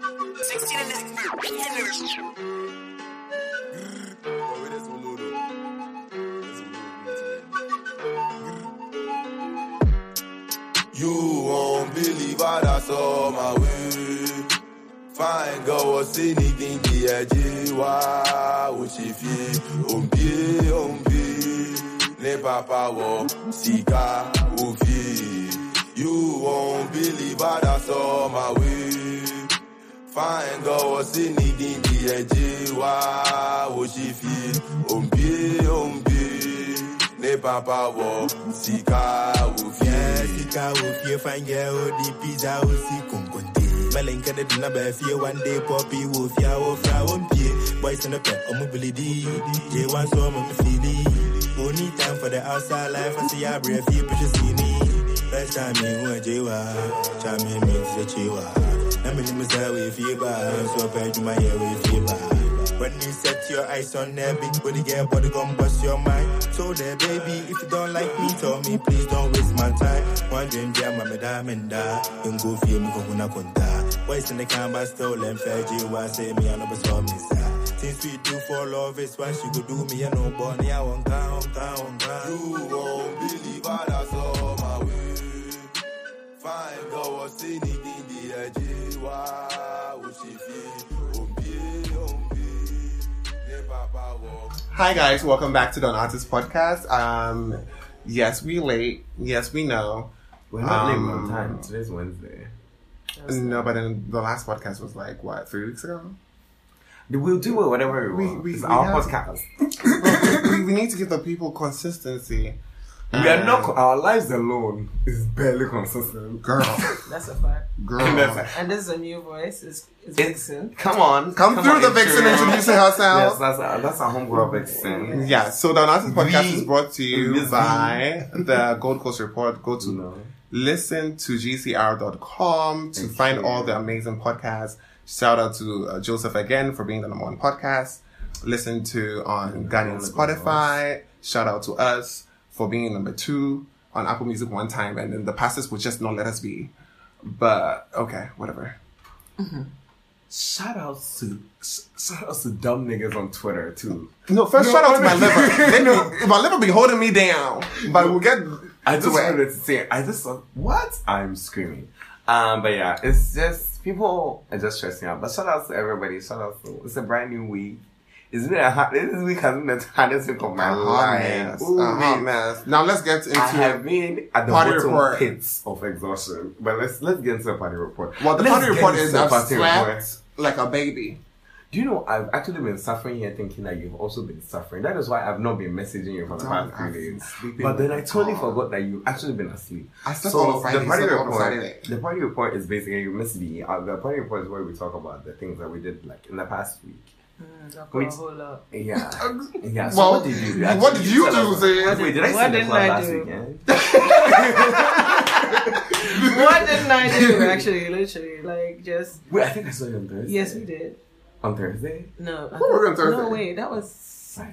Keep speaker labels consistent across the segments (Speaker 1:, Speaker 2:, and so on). Speaker 1: 16 and it's for beginners.
Speaker 2: Oh, it is Oloro. It's Oloro. You won't believe what I saw my way. Fine girl was anything the edge. Wow, she feel. Ombi, ombi. Ne papa wo sika ufi. You won't believe what I saw my way. Fine girl was anything the edge. Wow, she feel. Ombi, ombi. Ne papa wo sika ufi.
Speaker 3: Sika o fie fanye o di pizza o si kunkunte. Melenke de dina be fie one day poppy o fia o fra o mpie. Boys in the pet omu bilidi. J one so omu fili. Only time for the outside life I see I breathe fie push see me. First time me who a jiwa, time me me se chiwa. Na me nimu sa we fie ba, so pe juma ye we fie ba. When you set your eyes on that big body girl, body gon' bust your mind. So there, baby, if you don't like me, tell me, please don't waste my time. One dream jam, I'm a diamond, and go feel me, kokuna kunta. Boys in the canvas, stolen, fair, you want say me, I know, but saw me, sir. Things we do for love is why she go do me, and no bunny, I won't count, count, count.
Speaker 2: You won't believe what I saw my way. Fine girl was anything the edge. Wow, she feel. Ombi, ombi. Ne papa wo.
Speaker 4: Hi guys, welcome back to the Artist Podcast. Um, yes, we late. Yes, we know.
Speaker 5: We're not late
Speaker 4: Um,
Speaker 5: on time. Today's Wednesday.
Speaker 4: No, but then the last podcast was like what three weeks ago.
Speaker 5: We'll do it whatever we
Speaker 4: We-
Speaker 5: want.
Speaker 4: we-
Speaker 5: it's
Speaker 4: we
Speaker 5: our
Speaker 4: have-
Speaker 5: podcast.
Speaker 4: we, we need to give the people consistency.
Speaker 5: we are not. Our lives alone is barely consistent.
Speaker 4: girl,
Speaker 6: That's a fact.
Speaker 4: girl.
Speaker 6: And this is a new voice. It's, it's
Speaker 5: It's-
Speaker 6: Vixen.
Speaker 5: Come on,
Speaker 4: Come, through
Speaker 5: on,
Speaker 4: the vixen
Speaker 5: Instagram.
Speaker 4: introducing
Speaker 5: Yes,
Speaker 4: herself.
Speaker 5: that's our, that's our homegirl vixen.
Speaker 4: yeah, so the Artist Podcast
Speaker 5: We-
Speaker 4: is brought to you
Speaker 5: Miss
Speaker 4: by the Gold Coast Report. Go to
Speaker 5: No.
Speaker 4: listen to gcr.com to
Speaker 5: Thank
Speaker 4: find
Speaker 5: you.
Speaker 4: all the amazing podcasts. Shout out to uh, Joseph again for being the number one podcast. Listen to on Ghanaian Spotify. Shout out to us for being number two on Apple Music one time, and then the pastors would just not let us be. But okay, whatever.
Speaker 5: Shout out to sh- shout out to dumb niggas on Twitter too.
Speaker 4: No, first shout out to my liver. They be- my liver be holding me down, but we'll get.
Speaker 5: I just
Speaker 4: to it.
Speaker 5: wanted to say, I just saw, what? I'm screaming. Um, but yeah, it's just people are just stressing out. But shout out to everybody. Shout out to it's a brand new week. It's been a hard, this week has been the hardest week of my
Speaker 4: A hot
Speaker 5: life.
Speaker 4: mess.
Speaker 5: Ooh,
Speaker 4: A hot
Speaker 5: wee.
Speaker 4: mess. Now let's get into
Speaker 5: I have been at the
Speaker 4: Party
Speaker 5: bottom
Speaker 4: report.
Speaker 5: pits of exhaustion. But let's let's get into the party report.
Speaker 4: Well, the
Speaker 5: Let's
Speaker 4: party
Speaker 5: get
Speaker 4: report
Speaker 5: into
Speaker 4: is
Speaker 5: the
Speaker 4: I've
Speaker 5: party
Speaker 4: slept like a baby.
Speaker 5: Do you know I've actually been suffering here thinking that you've also been suffering? That is why I've not been messaging you for the
Speaker 4: Darling,
Speaker 5: past
Speaker 4: I've
Speaker 5: few
Speaker 4: been
Speaker 5: days.
Speaker 4: sleeping
Speaker 5: But then I
Speaker 4: like
Speaker 5: totally
Speaker 4: a dog.
Speaker 5: forgot that you've actually been asleep.
Speaker 4: I slept all of Friday,
Speaker 5: the party
Speaker 4: slept all of Saturday.
Speaker 5: report. The party report is basically you miss the uh, the party report is where we talk about the things that we did like in the past week.
Speaker 6: Alcohol, hold up.
Speaker 5: Yeah. yeah. So
Speaker 4: Well,
Speaker 5: what did you do?
Speaker 4: what did you
Speaker 5: tell
Speaker 4: do,
Speaker 5: us-
Speaker 4: Zayn?
Speaker 5: Wait, did I
Speaker 6: What
Speaker 5: see the
Speaker 6: didn't
Speaker 5: club
Speaker 6: I
Speaker 5: last
Speaker 6: do?
Speaker 5: weekend?
Speaker 6: What didn't I do? Actually, literally, like just
Speaker 5: Wait, I think I saw you on Thursday.
Speaker 6: yes, we did.
Speaker 5: On Thursday?
Speaker 6: No, I
Speaker 4: Who were we on
Speaker 6: think-
Speaker 4: Thursday?
Speaker 6: no, wait, that was
Speaker 5: Friday.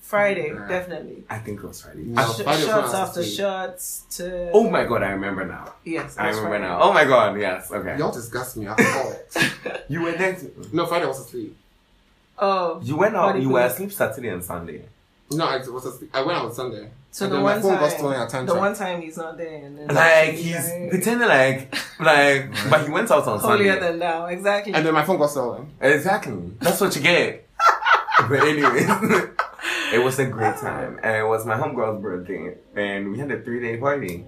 Speaker 6: Friday,
Speaker 4: Yeah.
Speaker 6: definitely.
Speaker 5: I think it was Friday.
Speaker 4: No.
Speaker 6: Sh-
Speaker 4: Friday was
Speaker 6: shots
Speaker 4: last
Speaker 6: after
Speaker 4: week.
Speaker 6: shots to
Speaker 5: Oh my god, I remember now.
Speaker 6: yes,
Speaker 5: I
Speaker 6: that's
Speaker 5: remember
Speaker 6: Friday.
Speaker 5: now. Oh my god, yes, okay.
Speaker 4: Y'all disgust me. I forgot.
Speaker 5: You were there. too.
Speaker 4: no, Friday was asleep.
Speaker 6: Oh,
Speaker 5: You went out.
Speaker 6: Body
Speaker 5: You were
Speaker 6: police.
Speaker 5: asleep Saturday and Sunday.
Speaker 4: No, I was asleep. I went out on Sunday.
Speaker 6: so
Speaker 4: And
Speaker 6: the
Speaker 4: then
Speaker 6: one
Speaker 4: my phone got
Speaker 6: time,
Speaker 4: stolen at tantrum.
Speaker 6: the one time he's not there, and then
Speaker 5: Like he's pretending like like, but he went out on
Speaker 6: holier
Speaker 5: Sunday.
Speaker 6: than now. Exactly.
Speaker 4: And then my phone got stolen.
Speaker 5: Exactly. That's what you get. but anyway, it was a great
Speaker 4: Ah.
Speaker 5: time, and it was my homegirl's birthday, and we had a three day party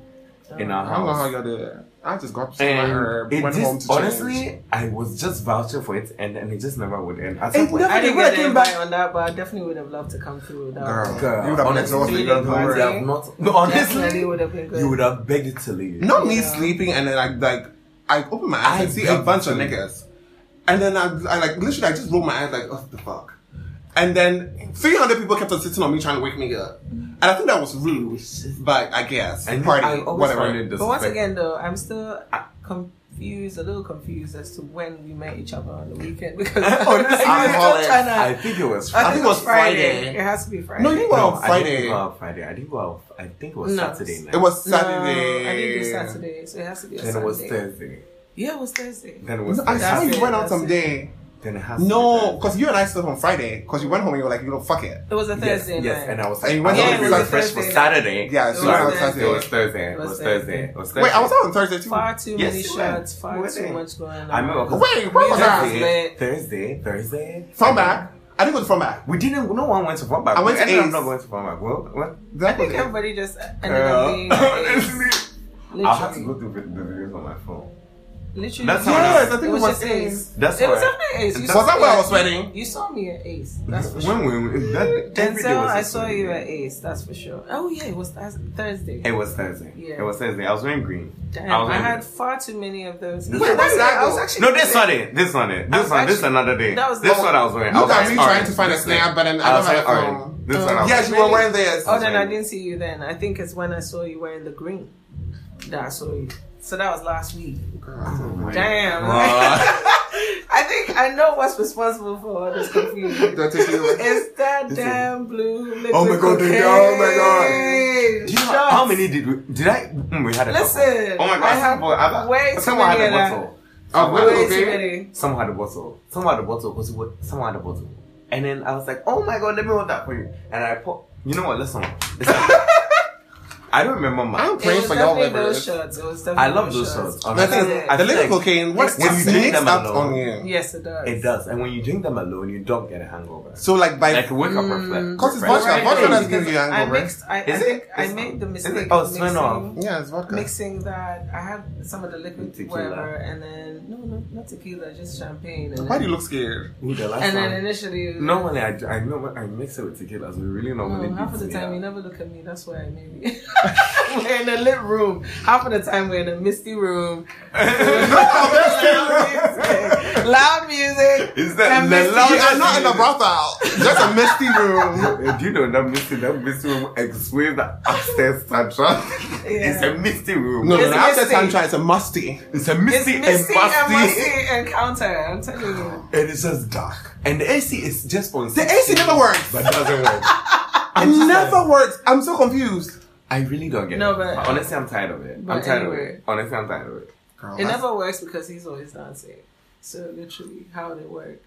Speaker 5: in our
Speaker 4: I don't know how
Speaker 5: house.
Speaker 4: y'all did it. I just got stolen
Speaker 5: And
Speaker 4: herb,
Speaker 5: it
Speaker 4: went home
Speaker 5: just,
Speaker 4: to
Speaker 5: honestly,
Speaker 4: change.
Speaker 5: I was just vouching for it, and, and it just never would end. At some
Speaker 4: It
Speaker 5: point,
Speaker 4: never-
Speaker 6: I didn't
Speaker 4: When I
Speaker 6: get
Speaker 4: came
Speaker 6: an invite
Speaker 4: back-
Speaker 6: on that, but I definitely would have loved to come through. with That
Speaker 4: Girl.
Speaker 6: one.
Speaker 5: Girl,
Speaker 4: You would have been
Speaker 5: honestly,
Speaker 4: exhausted,
Speaker 5: you would
Speaker 6: don't worry.
Speaker 5: have not- no, honestly,
Speaker 6: Definitely would have been good.
Speaker 5: you would have begged it to leave.
Speaker 4: Not me
Speaker 6: Yeah.
Speaker 4: sleeping and then like like I open my eyes
Speaker 5: I
Speaker 4: and see a
Speaker 5: begged
Speaker 4: bunch of
Speaker 5: you.
Speaker 4: niggas. And then I, I like literally I just roll my eyes like, oh the fuck. And then three hundred people kept on sitting on me trying to wake me up. And I think that was rude. But I guess.
Speaker 5: And
Speaker 4: party,
Speaker 5: I always
Speaker 4: whatever.
Speaker 5: found it
Speaker 6: But once
Speaker 5: disrespectful.
Speaker 6: again, though, I'm still uh, confused, a little confused as to when we met each other on the weekend because
Speaker 5: Honestly,
Speaker 6: I'm still trying to-
Speaker 5: I think it was.
Speaker 6: I
Speaker 5: Friday.
Speaker 6: think it was Friday. It has to be Friday.
Speaker 4: No, you were
Speaker 5: No,
Speaker 4: on
Speaker 5: I didn't
Speaker 4: Friday.
Speaker 5: go out Friday. I didn't go out. I think it was
Speaker 6: No.
Speaker 5: Saturday night.
Speaker 4: It was
Speaker 6: No,
Speaker 4: Saturday.
Speaker 6: I think it's Saturday, so it has to be a
Speaker 5: And
Speaker 6: Saturday.
Speaker 5: it was Thursday.
Speaker 6: Yeah, it was Thursday.
Speaker 5: Then it was.
Speaker 4: I
Speaker 5: Thursday.
Speaker 4: saw
Speaker 6: That's
Speaker 4: you
Speaker 6: it,
Speaker 4: went out
Speaker 6: that's it.
Speaker 4: someday.
Speaker 5: Then it has. to be
Speaker 4: No,
Speaker 5: Thursday.
Speaker 4: because you and I slept on Friday. Because you went home and you were like, you know, fuck it.
Speaker 6: It was a
Speaker 5: Yes,
Speaker 6: Thursday
Speaker 5: yes,
Speaker 6: night.
Speaker 5: and I was
Speaker 4: And
Speaker 5: like,
Speaker 4: you went
Speaker 5: I
Speaker 4: out
Speaker 5: was
Speaker 4: on
Speaker 5: really
Speaker 6: Thursday.
Speaker 5: fresh for Saturday.
Speaker 4: Yeah,
Speaker 6: It
Speaker 4: so you
Speaker 5: So
Speaker 4: went
Speaker 5: I
Speaker 4: out
Speaker 5: was
Speaker 6: Thursday.
Speaker 4: Saturday.
Speaker 5: It was Thursday. It was Thursday. It was Thursday.
Speaker 4: Wait, I was out on Thursday too.
Speaker 6: Far too
Speaker 5: Yes,
Speaker 6: many
Speaker 5: you went.
Speaker 6: shots,
Speaker 4: You
Speaker 6: far
Speaker 4: went
Speaker 6: too
Speaker 4: in.
Speaker 6: much going on.
Speaker 5: I remember. 'cause
Speaker 4: Wait, what was
Speaker 6: Music
Speaker 4: that?
Speaker 6: was lit.
Speaker 5: Thursday, Thursday, Thursday.
Speaker 4: Front back. I didn't go to front back.
Speaker 5: We didn't. No one went to Bombay.
Speaker 4: I went to
Speaker 5: We ended up
Speaker 4: Ace.
Speaker 5: not going to Bombay. What? What?
Speaker 4: That
Speaker 6: I think
Speaker 4: was it.
Speaker 6: everybody just ended up being.
Speaker 5: Girl. Uh,
Speaker 6: Literally.
Speaker 5: I'll have to go through the the videos on my phone.
Speaker 6: Literally.
Speaker 5: That's how
Speaker 4: Yes, I think it
Speaker 6: it was
Speaker 4: was
Speaker 6: just
Speaker 4: Ace.
Speaker 6: Ace.
Speaker 5: That's
Speaker 6: It was
Speaker 5: why-
Speaker 6: definitely Ace. You
Speaker 5: That's
Speaker 6: saw
Speaker 4: that
Speaker 6: me
Speaker 4: where I
Speaker 6: at-
Speaker 4: was wedding?
Speaker 6: You saw me at Ace. That's for sure.
Speaker 5: When we that, that
Speaker 6: Denzel,
Speaker 5: video was
Speaker 6: I
Speaker 5: just
Speaker 6: saw
Speaker 5: really
Speaker 6: you
Speaker 5: good.
Speaker 6: at Ace. That's for sure. Oh yeah, it was Thurs- Thursday.
Speaker 5: It was Thursday.
Speaker 6: Yeah.
Speaker 5: It was Thursday. I was wearing green.
Speaker 6: Damn,
Speaker 5: I was
Speaker 6: I
Speaker 5: wearing
Speaker 6: had
Speaker 5: green.
Speaker 6: far too many of those.
Speaker 5: Wait,
Speaker 6: That's
Speaker 5: where did
Speaker 6: why
Speaker 4: I
Speaker 6: I was
Speaker 4: go?
Speaker 6: actually
Speaker 5: No, this one it. This one it.
Speaker 6: I
Speaker 5: This
Speaker 6: was
Speaker 5: one. This
Speaker 6: actually-
Speaker 5: another day.
Speaker 6: that was-
Speaker 5: this one I was wearing. I
Speaker 4: Look
Speaker 5: was
Speaker 4: at
Speaker 5: wearing
Speaker 4: me trying
Speaker 5: orange.
Speaker 4: to find a
Speaker 5: This day.
Speaker 4: snare, but then I
Speaker 5: I
Speaker 4: don't
Speaker 5: was
Speaker 4: have
Speaker 5: wearing
Speaker 4: a
Speaker 5: orange.
Speaker 4: phone. Uh-huh.
Speaker 5: This one I was.
Speaker 4: Yeah, you were wearing this.
Speaker 6: Oh, then I
Speaker 5: wearing-
Speaker 6: didn't see you then. I think it's when I saw you wearing the green that I saw you. So that was last week.
Speaker 5: Oh
Speaker 6: Damn. I think I know what's responsible for all this confusion.
Speaker 4: Don't take it away.
Speaker 6: It's that damn blue liquid
Speaker 5: Oh my god,
Speaker 6: cocaine.
Speaker 5: dude, oh my god. Do you know how,
Speaker 6: Shots.
Speaker 5: how many did we did I mm, we had a
Speaker 6: Listen,
Speaker 5: couple. Oh my god,
Speaker 6: I have
Speaker 5: someone- I thought-
Speaker 6: way too
Speaker 5: someone had a
Speaker 6: many of that.
Speaker 5: bottle.
Speaker 4: Oh,
Speaker 5: Someone-
Speaker 4: really?
Speaker 6: Way
Speaker 4: Okay.
Speaker 6: too many.
Speaker 5: Someone had a bottle. Someone had a bottle because someone had a bottle. And then I was like, oh my god, let me hold that for you. And I put you know what, listen. Listen. I don't remember
Speaker 4: I'm
Speaker 5: my
Speaker 6: It
Speaker 4: praying
Speaker 6: was
Speaker 4: for y'all
Speaker 6: definitely
Speaker 4: whatever.
Speaker 6: those shots. It was definitely
Speaker 5: I love those
Speaker 6: those
Speaker 5: shots.
Speaker 4: The
Speaker 5: honestly.
Speaker 4: thing,
Speaker 5: I
Speaker 4: the
Speaker 5: feel
Speaker 4: little
Speaker 5: like
Speaker 4: cocaine, what it
Speaker 5: when you drink
Speaker 4: sneaks
Speaker 5: them
Speaker 4: up
Speaker 5: alone,
Speaker 4: on you.
Speaker 6: Yes, it does.
Speaker 5: It does. And when you drink them alone, you don't get a hangover.
Speaker 4: So like by
Speaker 5: like wake up reflect.
Speaker 4: Cause it's
Speaker 5: refresh.
Speaker 4: vodka.
Speaker 6: Mm. Right,
Speaker 4: Vodka
Speaker 6: right.
Speaker 4: doesn't give you
Speaker 6: Because I
Speaker 4: hangover.
Speaker 6: mixed. I, I
Speaker 5: Is it?
Speaker 6: think I
Speaker 5: Is it-
Speaker 6: made the
Speaker 5: is it-
Speaker 6: mistake.
Speaker 5: oh,
Speaker 6: of
Speaker 5: Smirnoff.
Speaker 6: mixing-
Speaker 4: yeah, it's vodka.
Speaker 6: mixing that I had some of the liquid
Speaker 5: Tequila.
Speaker 6: whatever and then no no not tequila just champagne and
Speaker 4: Why do
Speaker 6: then,
Speaker 4: you look scared?
Speaker 5: Ooh, the last
Speaker 6: and then
Speaker 5: time-
Speaker 6: initially
Speaker 5: Normally, I, I know I mix it with tequila, so it really normally
Speaker 6: no, "Mm, half of
Speaker 5: beats
Speaker 6: the
Speaker 5: me
Speaker 6: time
Speaker 5: up.
Speaker 6: you never look at me that's why I maybe we're in a lit room half of the time we're in a misty room loud music
Speaker 5: Is that
Speaker 6: And
Speaker 5: the
Speaker 6: misty-
Speaker 5: loudest
Speaker 4: You are not in a brothel. Just a misty room.
Speaker 5: Uh, Do you know that misty that misty room explains the upstairs tantrum? It's a misty room.
Speaker 4: No, no,
Speaker 6: It's
Speaker 4: no. After
Speaker 6: misty.
Speaker 4: tantra, it's a musty.
Speaker 5: It's a misty,
Speaker 6: it's misty
Speaker 5: and
Speaker 6: and
Speaker 5: musty, and,
Speaker 6: musty encounter I'm telling you
Speaker 5: it's just dark. And the AC is just on.
Speaker 4: The AC never works.
Speaker 5: but doesn't work. I'm
Speaker 4: It
Speaker 5: just like,
Speaker 4: never works. I'm so confused.
Speaker 5: I really don't get
Speaker 6: No,
Speaker 5: it.
Speaker 6: but-
Speaker 5: honestly, I'm tired of it. I'm
Speaker 6: but
Speaker 5: tired of
Speaker 6: anyway.
Speaker 5: it. Honestly, I'm tired of it.
Speaker 4: Girl,
Speaker 6: It
Speaker 4: that's-
Speaker 6: never works because he's always dancing. So literally, how would it work?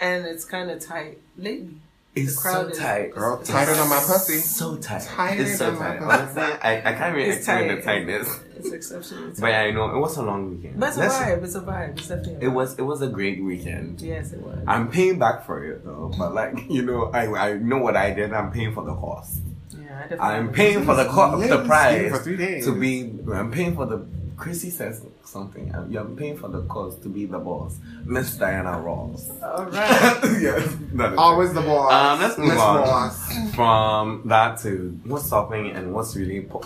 Speaker 6: And it's kind of tight lately.
Speaker 5: It's
Speaker 6: crowd
Speaker 5: so
Speaker 6: is-
Speaker 5: tight.
Speaker 4: Girl, tighter than my pussy.
Speaker 5: So tight.
Speaker 4: Tighter
Speaker 5: it's so
Speaker 4: than my
Speaker 5: tight.
Speaker 4: pussy.
Speaker 5: Honestly, I, I can't even
Speaker 6: It's
Speaker 5: explain the
Speaker 6: tight.
Speaker 5: tightness.
Speaker 6: It's exceptionally
Speaker 5: But
Speaker 6: tight.
Speaker 5: I know it was a long weekend.
Speaker 6: But it's a
Speaker 5: Let's-
Speaker 6: vibe. It's a vibe. It's definitely.
Speaker 5: It
Speaker 6: a vibe.
Speaker 5: was it was a great weekend.
Speaker 6: Yes, it was.
Speaker 5: I'm paying back for it though, but like you know, I I know what I did. I'm paying for the cost.
Speaker 6: yeah, I definitely.
Speaker 5: I'm paying for the cost,
Speaker 4: Yeah,
Speaker 5: the
Speaker 4: you
Speaker 5: price
Speaker 4: stayed for three days.
Speaker 5: to be. I'm paying for the. Chrissy says something. I'm, yeah, I'm paying for the cost to be the boss, Miss Diana Ross.
Speaker 6: All right.
Speaker 5: yes, that is
Speaker 4: Always the boss.
Speaker 5: Um, let's move on.
Speaker 4: boss.
Speaker 5: it. From that to what's stopping and what's really po-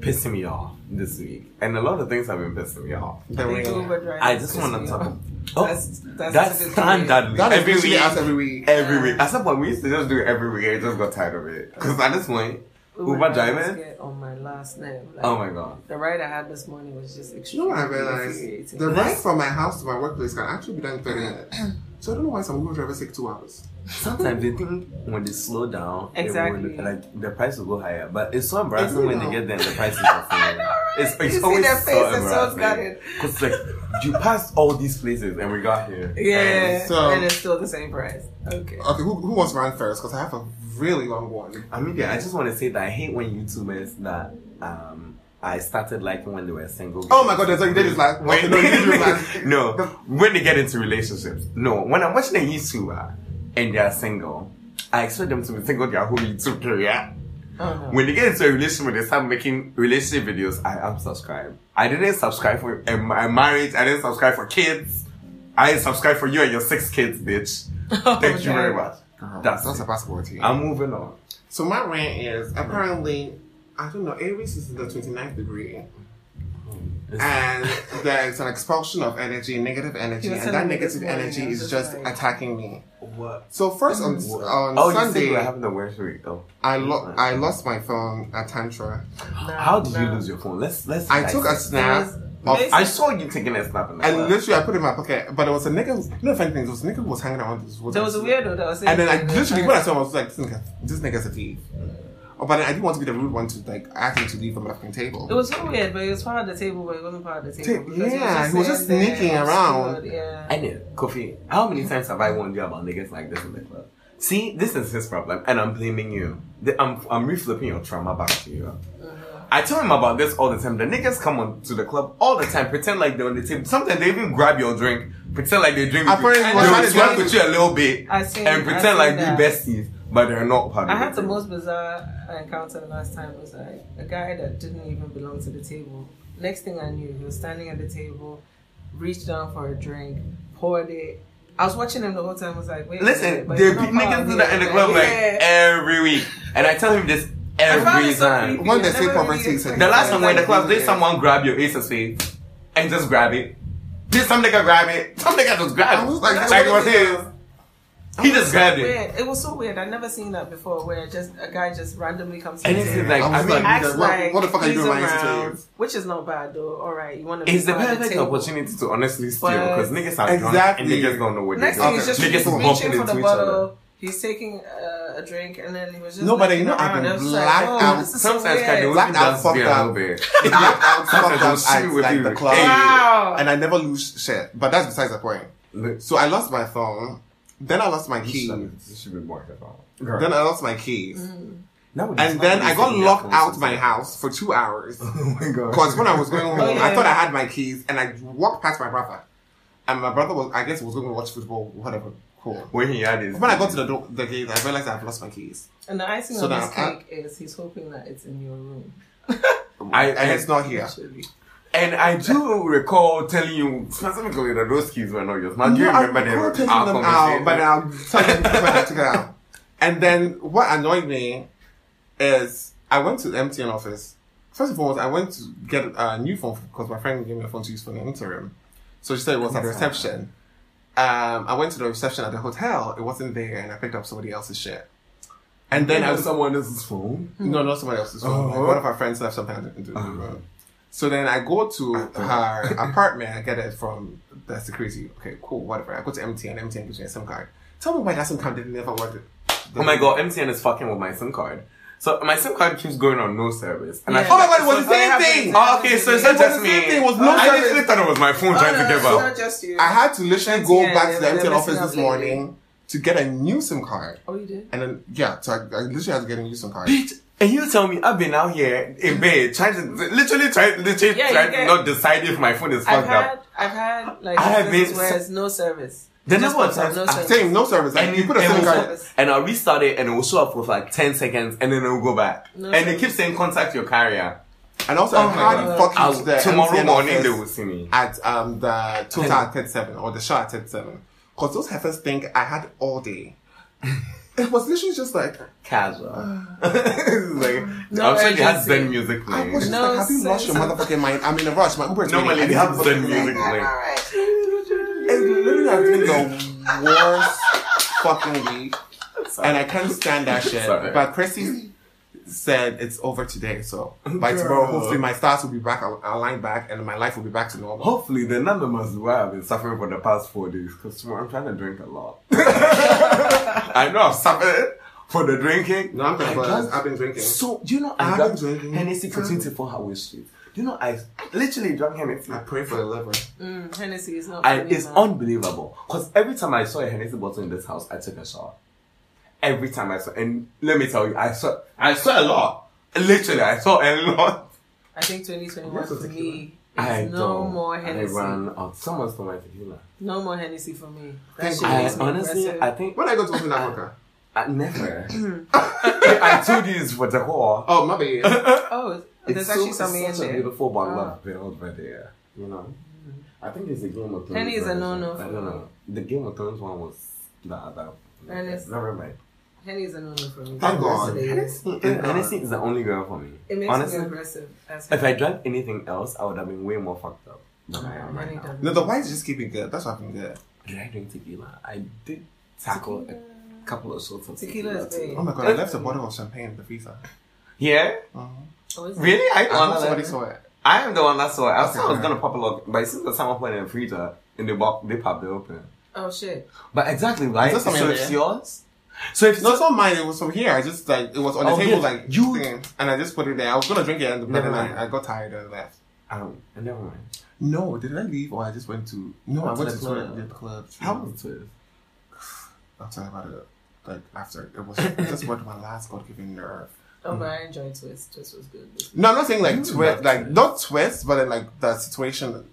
Speaker 5: pissing me off this week, and a lot of things have been pissing me off.
Speaker 4: The
Speaker 6: Big
Speaker 4: ring.
Speaker 6: Uber driver
Speaker 5: I just
Speaker 6: pissed
Speaker 5: want
Speaker 6: me
Speaker 5: to talk.
Speaker 6: off.
Speaker 5: About, oh,
Speaker 6: That's-
Speaker 5: that's,
Speaker 6: that's a good
Speaker 5: standardly
Speaker 4: That is
Speaker 5: every
Speaker 4: literally
Speaker 5: week.
Speaker 4: us every week.
Speaker 5: Every week. At some point, we used to just do it every week. I just got tired of it. Because at this point, Uber,
Speaker 6: drivers
Speaker 5: driving.
Speaker 6: get on my last name. Like,
Speaker 5: Oh my god.
Speaker 6: The ride I had this morning was just extremely
Speaker 4: You know what I realized?
Speaker 6: infuriating.
Speaker 4: The ride from my house to my workplace can actually be done in 30 minutes. So I don't know why some Uber drivers take two hours.
Speaker 5: Sometimes they think when they slow down, it
Speaker 6: Exactly.
Speaker 5: will, like the price will go higher. But it's so
Speaker 4: It's
Speaker 5: embarrassing
Speaker 4: really
Speaker 5: when they
Speaker 4: not.
Speaker 5: get there and the price is not fair. It's,
Speaker 6: You
Speaker 5: it's
Speaker 6: see
Speaker 5: always
Speaker 6: their face,
Speaker 5: so
Speaker 6: they're so
Speaker 5: embarrassing.
Speaker 6: gutted.
Speaker 5: Because like you passed all these places and we got here.
Speaker 6: Yeah,
Speaker 4: And so- Uh,
Speaker 6: and it's still the same price. Okay.
Speaker 4: Okay, who, who wants to run first? Because I have a really long one.
Speaker 5: I mean, yeah, I just want to say that I hate when YouTubers that um I started liking when they were single.
Speaker 4: Oh my god, that's what you did is like, okay,
Speaker 5: When,
Speaker 4: no, you did it like,
Speaker 5: no, when they get into relationships. No, when I'm watching a YouTuber and they are single, I expect them to be single their whole YouTube career.
Speaker 6: Oh, no.
Speaker 5: When they get into a relationship, they start making relationship videos. I am subscribed. I didn't subscribe for a, a marriage. I didn't subscribe for kids. I didn't subscribe for you and your six kids, bitch.
Speaker 6: Oh,
Speaker 5: Thank you very much.
Speaker 4: Uh-huh. That's,
Speaker 5: That's,
Speaker 4: Um, mm-hmm. that's a possibility.
Speaker 5: I'm moving on.
Speaker 4: So my rant is apparently I don't know Aries is in the 29th degree. And there's an expulsion of energy, negative energy,
Speaker 6: was
Speaker 4: and that
Speaker 6: telling me this
Speaker 4: negative
Speaker 6: morning,
Speaker 4: energy
Speaker 6: I was
Speaker 4: is
Speaker 6: just
Speaker 4: just Mm-hmm.
Speaker 6: like-
Speaker 4: attacking me.
Speaker 5: What?
Speaker 4: So first on, on
Speaker 5: oh, you said you were
Speaker 4: Sunday,
Speaker 5: having the worst week. Oh,
Speaker 4: I, lo- I lost my phone at Tantra.
Speaker 5: How did you lose your phone? Let's let's.
Speaker 4: I took a snap
Speaker 6: Yes.
Speaker 4: of,
Speaker 6: Yes.
Speaker 5: I saw you taking a snap. in the
Speaker 4: and
Speaker 5: class.
Speaker 4: literally I put it in my pocket, but it was a nigga. You know, the funny thing, it was a nigga who was hanging around. This
Speaker 6: There was a weirdo that was saying
Speaker 4: And then I
Speaker 6: that.
Speaker 4: literally, when I saw him, I was like, this, nigga, this nigga's a thief. Oh, but I didn't want to be the rude one to like ask him to leave from the fucking table.
Speaker 6: It was so weird, but it was part of the table, but it wasn't part of the table.
Speaker 4: Ta-
Speaker 6: because
Speaker 4: yeah, he was just
Speaker 6: sitting there,
Speaker 4: sneaking
Speaker 6: obscured,
Speaker 4: around.
Speaker 6: Yeah.
Speaker 5: I know, Kofi. How many times have I warned you about niggas like this in the club? See, this is his problem, and I'm blaming you. The- I'm I'm reflipping your trauma back to you.
Speaker 6: Mm-hmm.
Speaker 5: I tell him about this all the time. The niggas come on to the club all the time, pretend like they're on the table. Sometimes they even grab your drink, pretend like they drink with you.
Speaker 4: Apparently,
Speaker 5: They
Speaker 4: he was
Speaker 5: will
Speaker 4: trying to
Speaker 5: swap
Speaker 4: tell you-
Speaker 5: with you a little bit
Speaker 6: I seen- I
Speaker 5: and
Speaker 6: seen
Speaker 5: pretend like
Speaker 6: that.
Speaker 5: we besties, but they're not part of
Speaker 6: I had the
Speaker 5: group.
Speaker 6: most bizarre encounter last time was like a guy that didn't even belong to the table. Next thing I knew, he was standing at the table, reached down for a drink, poured it. I was watching him the whole time. I was like, wait. a minute,
Speaker 5: Listen,
Speaker 6: but
Speaker 5: there
Speaker 6: you're
Speaker 5: be
Speaker 6: not part
Speaker 5: niggas
Speaker 6: of
Speaker 5: do
Speaker 6: here,
Speaker 5: that in the
Speaker 6: man.
Speaker 5: club like
Speaker 6: Yeah.
Speaker 5: every week, and I tell him this
Speaker 6: I found
Speaker 5: every
Speaker 6: it so
Speaker 5: time.
Speaker 6: creepy.
Speaker 4: One
Speaker 6: I
Speaker 4: that said
Speaker 6: never
Speaker 4: proper
Speaker 6: really
Speaker 4: things,
Speaker 6: expected
Speaker 5: The
Speaker 4: Yeah,
Speaker 5: last time we
Speaker 6: that.
Speaker 5: were in the club,
Speaker 4: yeah.
Speaker 5: did someone grab your ace of spades and just grab it? Did some nigga grab it? Some nigga just
Speaker 4: I
Speaker 5: grab it.
Speaker 4: was like,
Speaker 5: it was his. He just grabbed it.
Speaker 6: Weird. It was so weird. I'd never seen that before. Where just a guy just randomly comes. to
Speaker 5: And
Speaker 6: the
Speaker 5: it's
Speaker 6: table.
Speaker 5: like,
Speaker 4: I was
Speaker 5: I mean,
Speaker 4: like,
Speaker 6: acts
Speaker 4: what,
Speaker 6: like
Speaker 4: what the fuck are you
Speaker 6: he's
Speaker 4: doing lying
Speaker 6: around,
Speaker 4: to
Speaker 6: Which is not bad though. All right, you want to.
Speaker 5: It's the perfect opportunity to honestly steal
Speaker 6: But-
Speaker 5: because niggas are drunk
Speaker 4: Exactly.
Speaker 5: and niggas don't know what
Speaker 6: Next
Speaker 5: they're
Speaker 6: thing
Speaker 4: Okay.
Speaker 6: he's just
Speaker 5: Niggas is bumping
Speaker 6: reaching for
Speaker 5: into
Speaker 6: the
Speaker 5: each other.
Speaker 6: bottle. He's taking uh, a drink and then he was just.
Speaker 4: No, but
Speaker 6: looking
Speaker 4: they know I
Speaker 6: around.
Speaker 4: can
Speaker 6: I was
Speaker 4: black
Speaker 6: like,
Speaker 4: out.
Speaker 6: oh, this is so
Speaker 5: Sometimes Kanye
Speaker 6: weird.
Speaker 4: Black
Speaker 5: West
Speaker 4: out,
Speaker 5: does
Speaker 4: fucked
Speaker 5: be a little
Speaker 4: up.
Speaker 5: bit.
Speaker 4: They black out,
Speaker 5: Sometimes
Speaker 4: fucked up
Speaker 5: they'll shoot
Speaker 4: eyes
Speaker 5: with
Speaker 4: like
Speaker 5: you.
Speaker 4: the club.
Speaker 6: Wow.
Speaker 4: And I never lose shit. But that's besides the point. So I lost my phone. Then I lost my keys.
Speaker 5: This should be more
Speaker 4: Then I lost my keys.
Speaker 6: Mm-hmm.
Speaker 5: Nowadays,
Speaker 4: And then I
Speaker 5: nobody's
Speaker 4: got
Speaker 5: taking
Speaker 4: locked
Speaker 5: their phones
Speaker 4: out my
Speaker 5: and-
Speaker 4: house for two hours.
Speaker 5: Oh my god.
Speaker 4: Because when I was going home,
Speaker 6: Oh, yeah.
Speaker 4: I thought I had my keys and I walked past my brother. And my brother was, I guess, was going to watch football, whatever. Cool.
Speaker 5: when he had his
Speaker 4: When I got to the, door, the gate, I realized I've lost my keys.
Speaker 6: And the icing
Speaker 4: So
Speaker 6: on his
Speaker 4: that I-
Speaker 6: cake is he's hoping that it's in your room.
Speaker 5: I-
Speaker 4: and it's not here.
Speaker 6: Actually,
Speaker 5: And I do recall telling you specifically that those keys were not yours. Now, do you
Speaker 4: No, I
Speaker 5: remember
Speaker 4: recall
Speaker 5: them? uh,
Speaker 4: taking them out, but I'll tell you when I took it out. And then what annoyed me is I went to the MTN office. First of all, I went to get a new phone because my friend gave me a phone to use for the interim. So she said it was at the reception. Um, I went to the reception at the hotel. It wasn't there, and I picked up somebody else's shit. And then I was
Speaker 5: someone else's phone.
Speaker 4: no, not somebody else's phone. Like
Speaker 5: Oh.
Speaker 4: one of our friends left something in the
Speaker 5: Oh.
Speaker 4: room. So then I go to her apartment. I get it from the security. Okay, cool, whatever. I go to MTN. MTN gives me a SIM card. Tell me why that SIM card didn't never work.
Speaker 5: Oh my god, MTN is fucking with my SIM card. So my SIM card keeps going on no service. And I
Speaker 6: Yeah.
Speaker 4: Oh
Speaker 5: thought
Speaker 4: my god, it was the
Speaker 6: So
Speaker 4: same
Speaker 6: what
Speaker 4: thing.
Speaker 6: happened?
Speaker 5: Oh, okay, so it's
Speaker 6: It
Speaker 5: not
Speaker 6: was
Speaker 5: just
Speaker 4: the
Speaker 5: me. Oh,
Speaker 4: same thing, it was no
Speaker 5: I
Speaker 4: service.
Speaker 5: literally thought it was my phone trying to
Speaker 6: no,
Speaker 5: give
Speaker 6: it's
Speaker 5: up.
Speaker 6: not just you.
Speaker 4: I had to literally go
Speaker 6: MTN,
Speaker 4: back to the
Speaker 6: they're
Speaker 4: MTN office
Speaker 6: messing
Speaker 4: this
Speaker 6: up lately.
Speaker 4: morning to get a new SIM card.
Speaker 6: oh, you did.
Speaker 4: And then yeah, so I, I literally had to get a new SIM card.
Speaker 5: Bitch, and you tell me I've been out here in bed trying to literally trying literally
Speaker 6: Yeah, you
Speaker 5: trying to
Speaker 6: get-
Speaker 5: not decide if my phone is
Speaker 6: I've
Speaker 5: fucked
Speaker 6: had,
Speaker 5: up.
Speaker 6: I've had like
Speaker 5: I have
Speaker 6: instances
Speaker 5: been-
Speaker 6: where it's no service.
Speaker 5: The
Speaker 6: It just
Speaker 5: number of
Speaker 6: pops up,
Speaker 5: times
Speaker 6: no
Speaker 5: I've
Speaker 6: service.
Speaker 4: Same, no service. Like,
Speaker 5: And
Speaker 4: you
Speaker 5: it-
Speaker 4: put a
Speaker 5: it
Speaker 4: SIM
Speaker 5: was-
Speaker 4: card.
Speaker 5: And I'll restart it and it will show up with like 10 seconds and then it will go back.
Speaker 6: No
Speaker 5: and it
Speaker 6: service.
Speaker 5: keeps saying contact your carrier.
Speaker 4: And also,
Speaker 6: Oh
Speaker 4: I had to
Speaker 5: God.
Speaker 4: fuck you
Speaker 5: I'll-
Speaker 4: to the
Speaker 5: tomorrow
Speaker 4: MTN
Speaker 5: morning
Speaker 4: office.
Speaker 5: they will see me.
Speaker 4: at um the total at 37 or the shot at 37 because those heifers think I had all day. it was literally just like
Speaker 5: Casual. like,
Speaker 6: No
Speaker 5: I'm sure you had
Speaker 6: urgency.
Speaker 5: Zen music
Speaker 4: I
Speaker 5: playing.
Speaker 4: was just
Speaker 6: No
Speaker 4: like, have you lost your
Speaker 6: sense
Speaker 4: motherfucking mind? I'm in a rush. My Uber is waiting.
Speaker 5: Normally
Speaker 4: I
Speaker 5: they
Speaker 4: need
Speaker 5: have
Speaker 4: to
Speaker 5: Zen
Speaker 4: fucking-
Speaker 5: music playing.
Speaker 4: It literally has been the worst fucking week, and I can't stand that shit.
Speaker 5: Sorry.
Speaker 4: But Chrissy said it's over today, so by tomorrow,
Speaker 5: Girl.
Speaker 4: hopefully, my stars will be back, al- aligned back, and my life will be back to normal.
Speaker 5: Hopefully, the number must be why I've been suffering for the past four days because tomorrow I'm trying to drink a lot. I know I've suffered for the drinking.
Speaker 4: No, I'm
Speaker 5: I
Speaker 4: confused.
Speaker 5: just-
Speaker 4: I've been drinking.
Speaker 5: So, do you know
Speaker 4: I've
Speaker 5: I
Speaker 4: been
Speaker 5: drank
Speaker 4: drinking.
Speaker 5: Hennessy for 24 hours straight? Do you know I literally drank Hennessy?
Speaker 4: I pray for the liver.
Speaker 6: Mm, Hennessy is not.
Speaker 5: I,
Speaker 6: for me,
Speaker 5: it's
Speaker 6: man.
Speaker 5: unbelievable because every time I saw a Hennessy bottle in this house, I took a shot. Every time I saw, and let me tell you, I saw, I saw a lot. Literally, I saw a lot.
Speaker 6: I think 2021 for me
Speaker 5: I
Speaker 6: is no
Speaker 5: don't-
Speaker 6: more Hennessy.
Speaker 5: I ran out. Someone stole my tequila.
Speaker 6: No more Hennessy for me. That
Speaker 4: Thank
Speaker 6: shit
Speaker 4: you.
Speaker 5: I
Speaker 6: makes me
Speaker 5: honestly,
Speaker 6: aggressive.
Speaker 5: I think
Speaker 4: When I go to West Africa,
Speaker 5: I never. I told you it's for the whore.
Speaker 4: oh my bad.
Speaker 6: oh,
Speaker 5: It's
Speaker 6: there's
Speaker 5: so-
Speaker 6: actually
Speaker 5: it's
Speaker 6: something in
Speaker 5: such a
Speaker 6: there.
Speaker 5: beautiful bottle
Speaker 6: Ah.
Speaker 5: of build over there. You know, I think it's a Game of Thrones.
Speaker 6: Penny is a
Speaker 5: version.
Speaker 6: no-no
Speaker 5: I
Speaker 6: for
Speaker 5: don't
Speaker 6: me.
Speaker 5: know. The Game of Thrones one was the other.
Speaker 6: And it's-
Speaker 5: Never mind.
Speaker 6: Henny is a no-no for me.
Speaker 4: Thank God.
Speaker 6: It
Speaker 5: And Hennessy is the only girl for me.
Speaker 6: makes
Speaker 5: Honestly,
Speaker 6: me aggressive. As
Speaker 5: if I drank anything else, I would have been way more fucked up than I am right
Speaker 6: Henny
Speaker 5: now.
Speaker 6: doesn't.
Speaker 4: No, the whites just keep it good. That's what happened there.
Speaker 5: Did I drink tequila? I did tackle a couple of shots of
Speaker 6: Tequila
Speaker 5: tequila.
Speaker 6: is big.
Speaker 4: Oh my god, I left a bottle of champagne in the freezer.
Speaker 5: Yeah,
Speaker 6: Oh, is it?
Speaker 5: really? I,
Speaker 4: I hope
Speaker 5: honestly-
Speaker 4: somebody saw it.
Speaker 5: I am the one that saw it. I thought I was
Speaker 4: Okay.
Speaker 5: gonna pop a lock, but since the time I put it in the freezer and they pop, they popped it open.
Speaker 6: Oh shit.
Speaker 5: But exactly, right?
Speaker 4: Is that
Speaker 5: So
Speaker 4: something
Speaker 5: it's
Speaker 4: there?
Speaker 5: yours. So if
Speaker 4: No, it's not mine. It was from here. I just like it was on the
Speaker 5: Oh,
Speaker 4: table,
Speaker 5: here.
Speaker 4: like
Speaker 5: You-
Speaker 4: thing, and I just put it there. I was gonna drink it, and but
Speaker 5: Never
Speaker 4: then
Speaker 5: mind.
Speaker 4: I, I got tired and left.
Speaker 5: um, never mind.
Speaker 4: No, did I leave or I just went to? No, I
Speaker 5: Went to
Speaker 4: went
Speaker 5: the
Speaker 4: to
Speaker 5: club.
Speaker 4: the club.
Speaker 5: How was it?
Speaker 4: I'll tell you about it. Like after it was it just what my last God given nerve.
Speaker 6: Oh, but I enjoyed Twist. Twist was good.
Speaker 4: No, I'm not saying like
Speaker 5: You
Speaker 4: twist,
Speaker 5: love
Speaker 4: like
Speaker 5: twist.
Speaker 4: not twist, but then, like the situation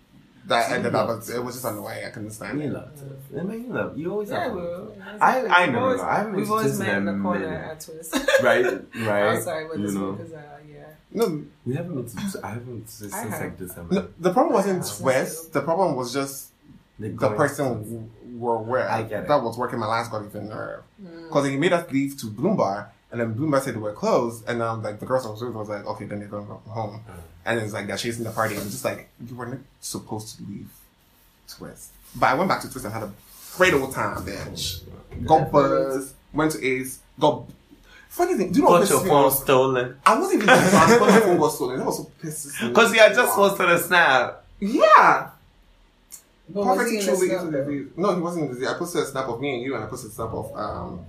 Speaker 4: that
Speaker 5: You
Speaker 4: ended up.
Speaker 5: love
Speaker 4: It was just annoying. I couldn't stand
Speaker 5: You
Speaker 4: it.
Speaker 5: loved it. Remember, you love. You always
Speaker 6: Yeah,
Speaker 5: have
Speaker 6: we
Speaker 5: it.
Speaker 6: were.
Speaker 5: I- I
Speaker 6: We've
Speaker 5: never
Speaker 6: always-
Speaker 5: know. I haven't
Speaker 6: We've always
Speaker 5: existed
Speaker 6: met in the
Speaker 5: in a
Speaker 6: corner
Speaker 5: minute.
Speaker 6: at Twist.
Speaker 5: Right, right.
Speaker 6: Outside where
Speaker 5: You
Speaker 6: the
Speaker 5: know.
Speaker 6: smokers are, yeah.
Speaker 4: No,
Speaker 5: We haven't been to, I haven't since
Speaker 6: I have.
Speaker 5: like December.
Speaker 4: no, the problem wasn't
Speaker 6: Yeah.
Speaker 4: twist. The problem was just
Speaker 5: They're
Speaker 4: the
Speaker 5: going-
Speaker 4: person were where
Speaker 5: I get it. Hmm.
Speaker 4: that was working my last God given nerve because he made us leave to Bloom Bar. And then Bloom Bar said they were closed, and um, like the girls I was with was like, okay, then they're going to go home.
Speaker 5: Hmm.
Speaker 4: And it's like they're chasing the party. And I'm just like, you were not supposed to leave Twist. But I went back to Twist and had a great old time, bitch. Got buzz, went to Ace, got. Funny thing, do you know what pisses
Speaker 5: Got your
Speaker 4: me
Speaker 5: phone
Speaker 4: off?
Speaker 5: stolen.
Speaker 4: I wasn't even drunk when my phone was stolen. That was so pisses me
Speaker 5: Because you had just
Speaker 4: off.
Speaker 5: posted a snap.
Speaker 4: Yeah!
Speaker 6: But was he
Speaker 4: Poverty
Speaker 6: in
Speaker 4: truly
Speaker 6: the
Speaker 4: is
Speaker 6: club,
Speaker 4: what it is. No, he wasn't in the I posted a snap of me and you, and I posted a snap of um,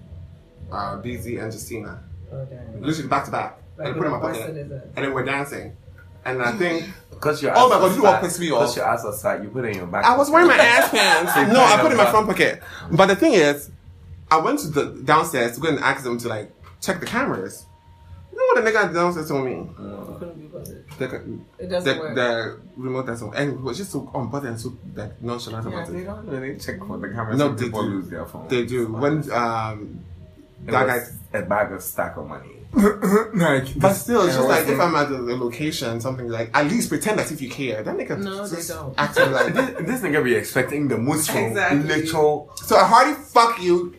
Speaker 4: uh, BZ and Justina.
Speaker 6: though? Oh, damn.
Speaker 4: Literally back to back. And I
Speaker 6: Like,
Speaker 4: put it in my
Speaker 6: what person
Speaker 4: pocket.
Speaker 6: is that?
Speaker 4: And then we're dancing. And I think
Speaker 5: Because your
Speaker 4: Oh my
Speaker 5: ass
Speaker 4: God,
Speaker 5: was
Speaker 4: you all
Speaker 5: fat.
Speaker 4: pissed me
Speaker 5: Because
Speaker 4: off.
Speaker 5: your ass was fat, you put it in your back.
Speaker 4: I was wearing my ass pants.
Speaker 5: So you
Speaker 4: no, I
Speaker 5: kind
Speaker 4: put it
Speaker 5: of
Speaker 4: in my
Speaker 5: got-
Speaker 4: front pocket. But the thing is, I went to the downstairs to go and ask them to like check the cameras. You know what the nigga downstairs told me?
Speaker 6: You couldn't be bothered.
Speaker 4: The,
Speaker 6: It
Speaker 4: the,
Speaker 6: doesn't work.
Speaker 4: the remote that's on. And he was just so unbothered and so like, nonchalant
Speaker 6: Yeah,
Speaker 4: about
Speaker 5: They
Speaker 4: it.
Speaker 5: don't really check for the camera.
Speaker 4: No,
Speaker 5: so
Speaker 4: they
Speaker 5: people
Speaker 4: do.
Speaker 5: lose their phone.
Speaker 4: They do. When um, that guy
Speaker 5: a bag of stack of money.
Speaker 4: But still, it's
Speaker 5: Yeah,
Speaker 4: just
Speaker 5: what's
Speaker 4: like if
Speaker 5: that?
Speaker 4: I'm at the, the location, something like at least pretend as if you care. That nigga
Speaker 6: No, they
Speaker 4: just
Speaker 6: don't.
Speaker 4: acting like
Speaker 5: this, this nigga be expecting the most from
Speaker 6: Exactly.
Speaker 5: literal.
Speaker 4: So I hearty fuck you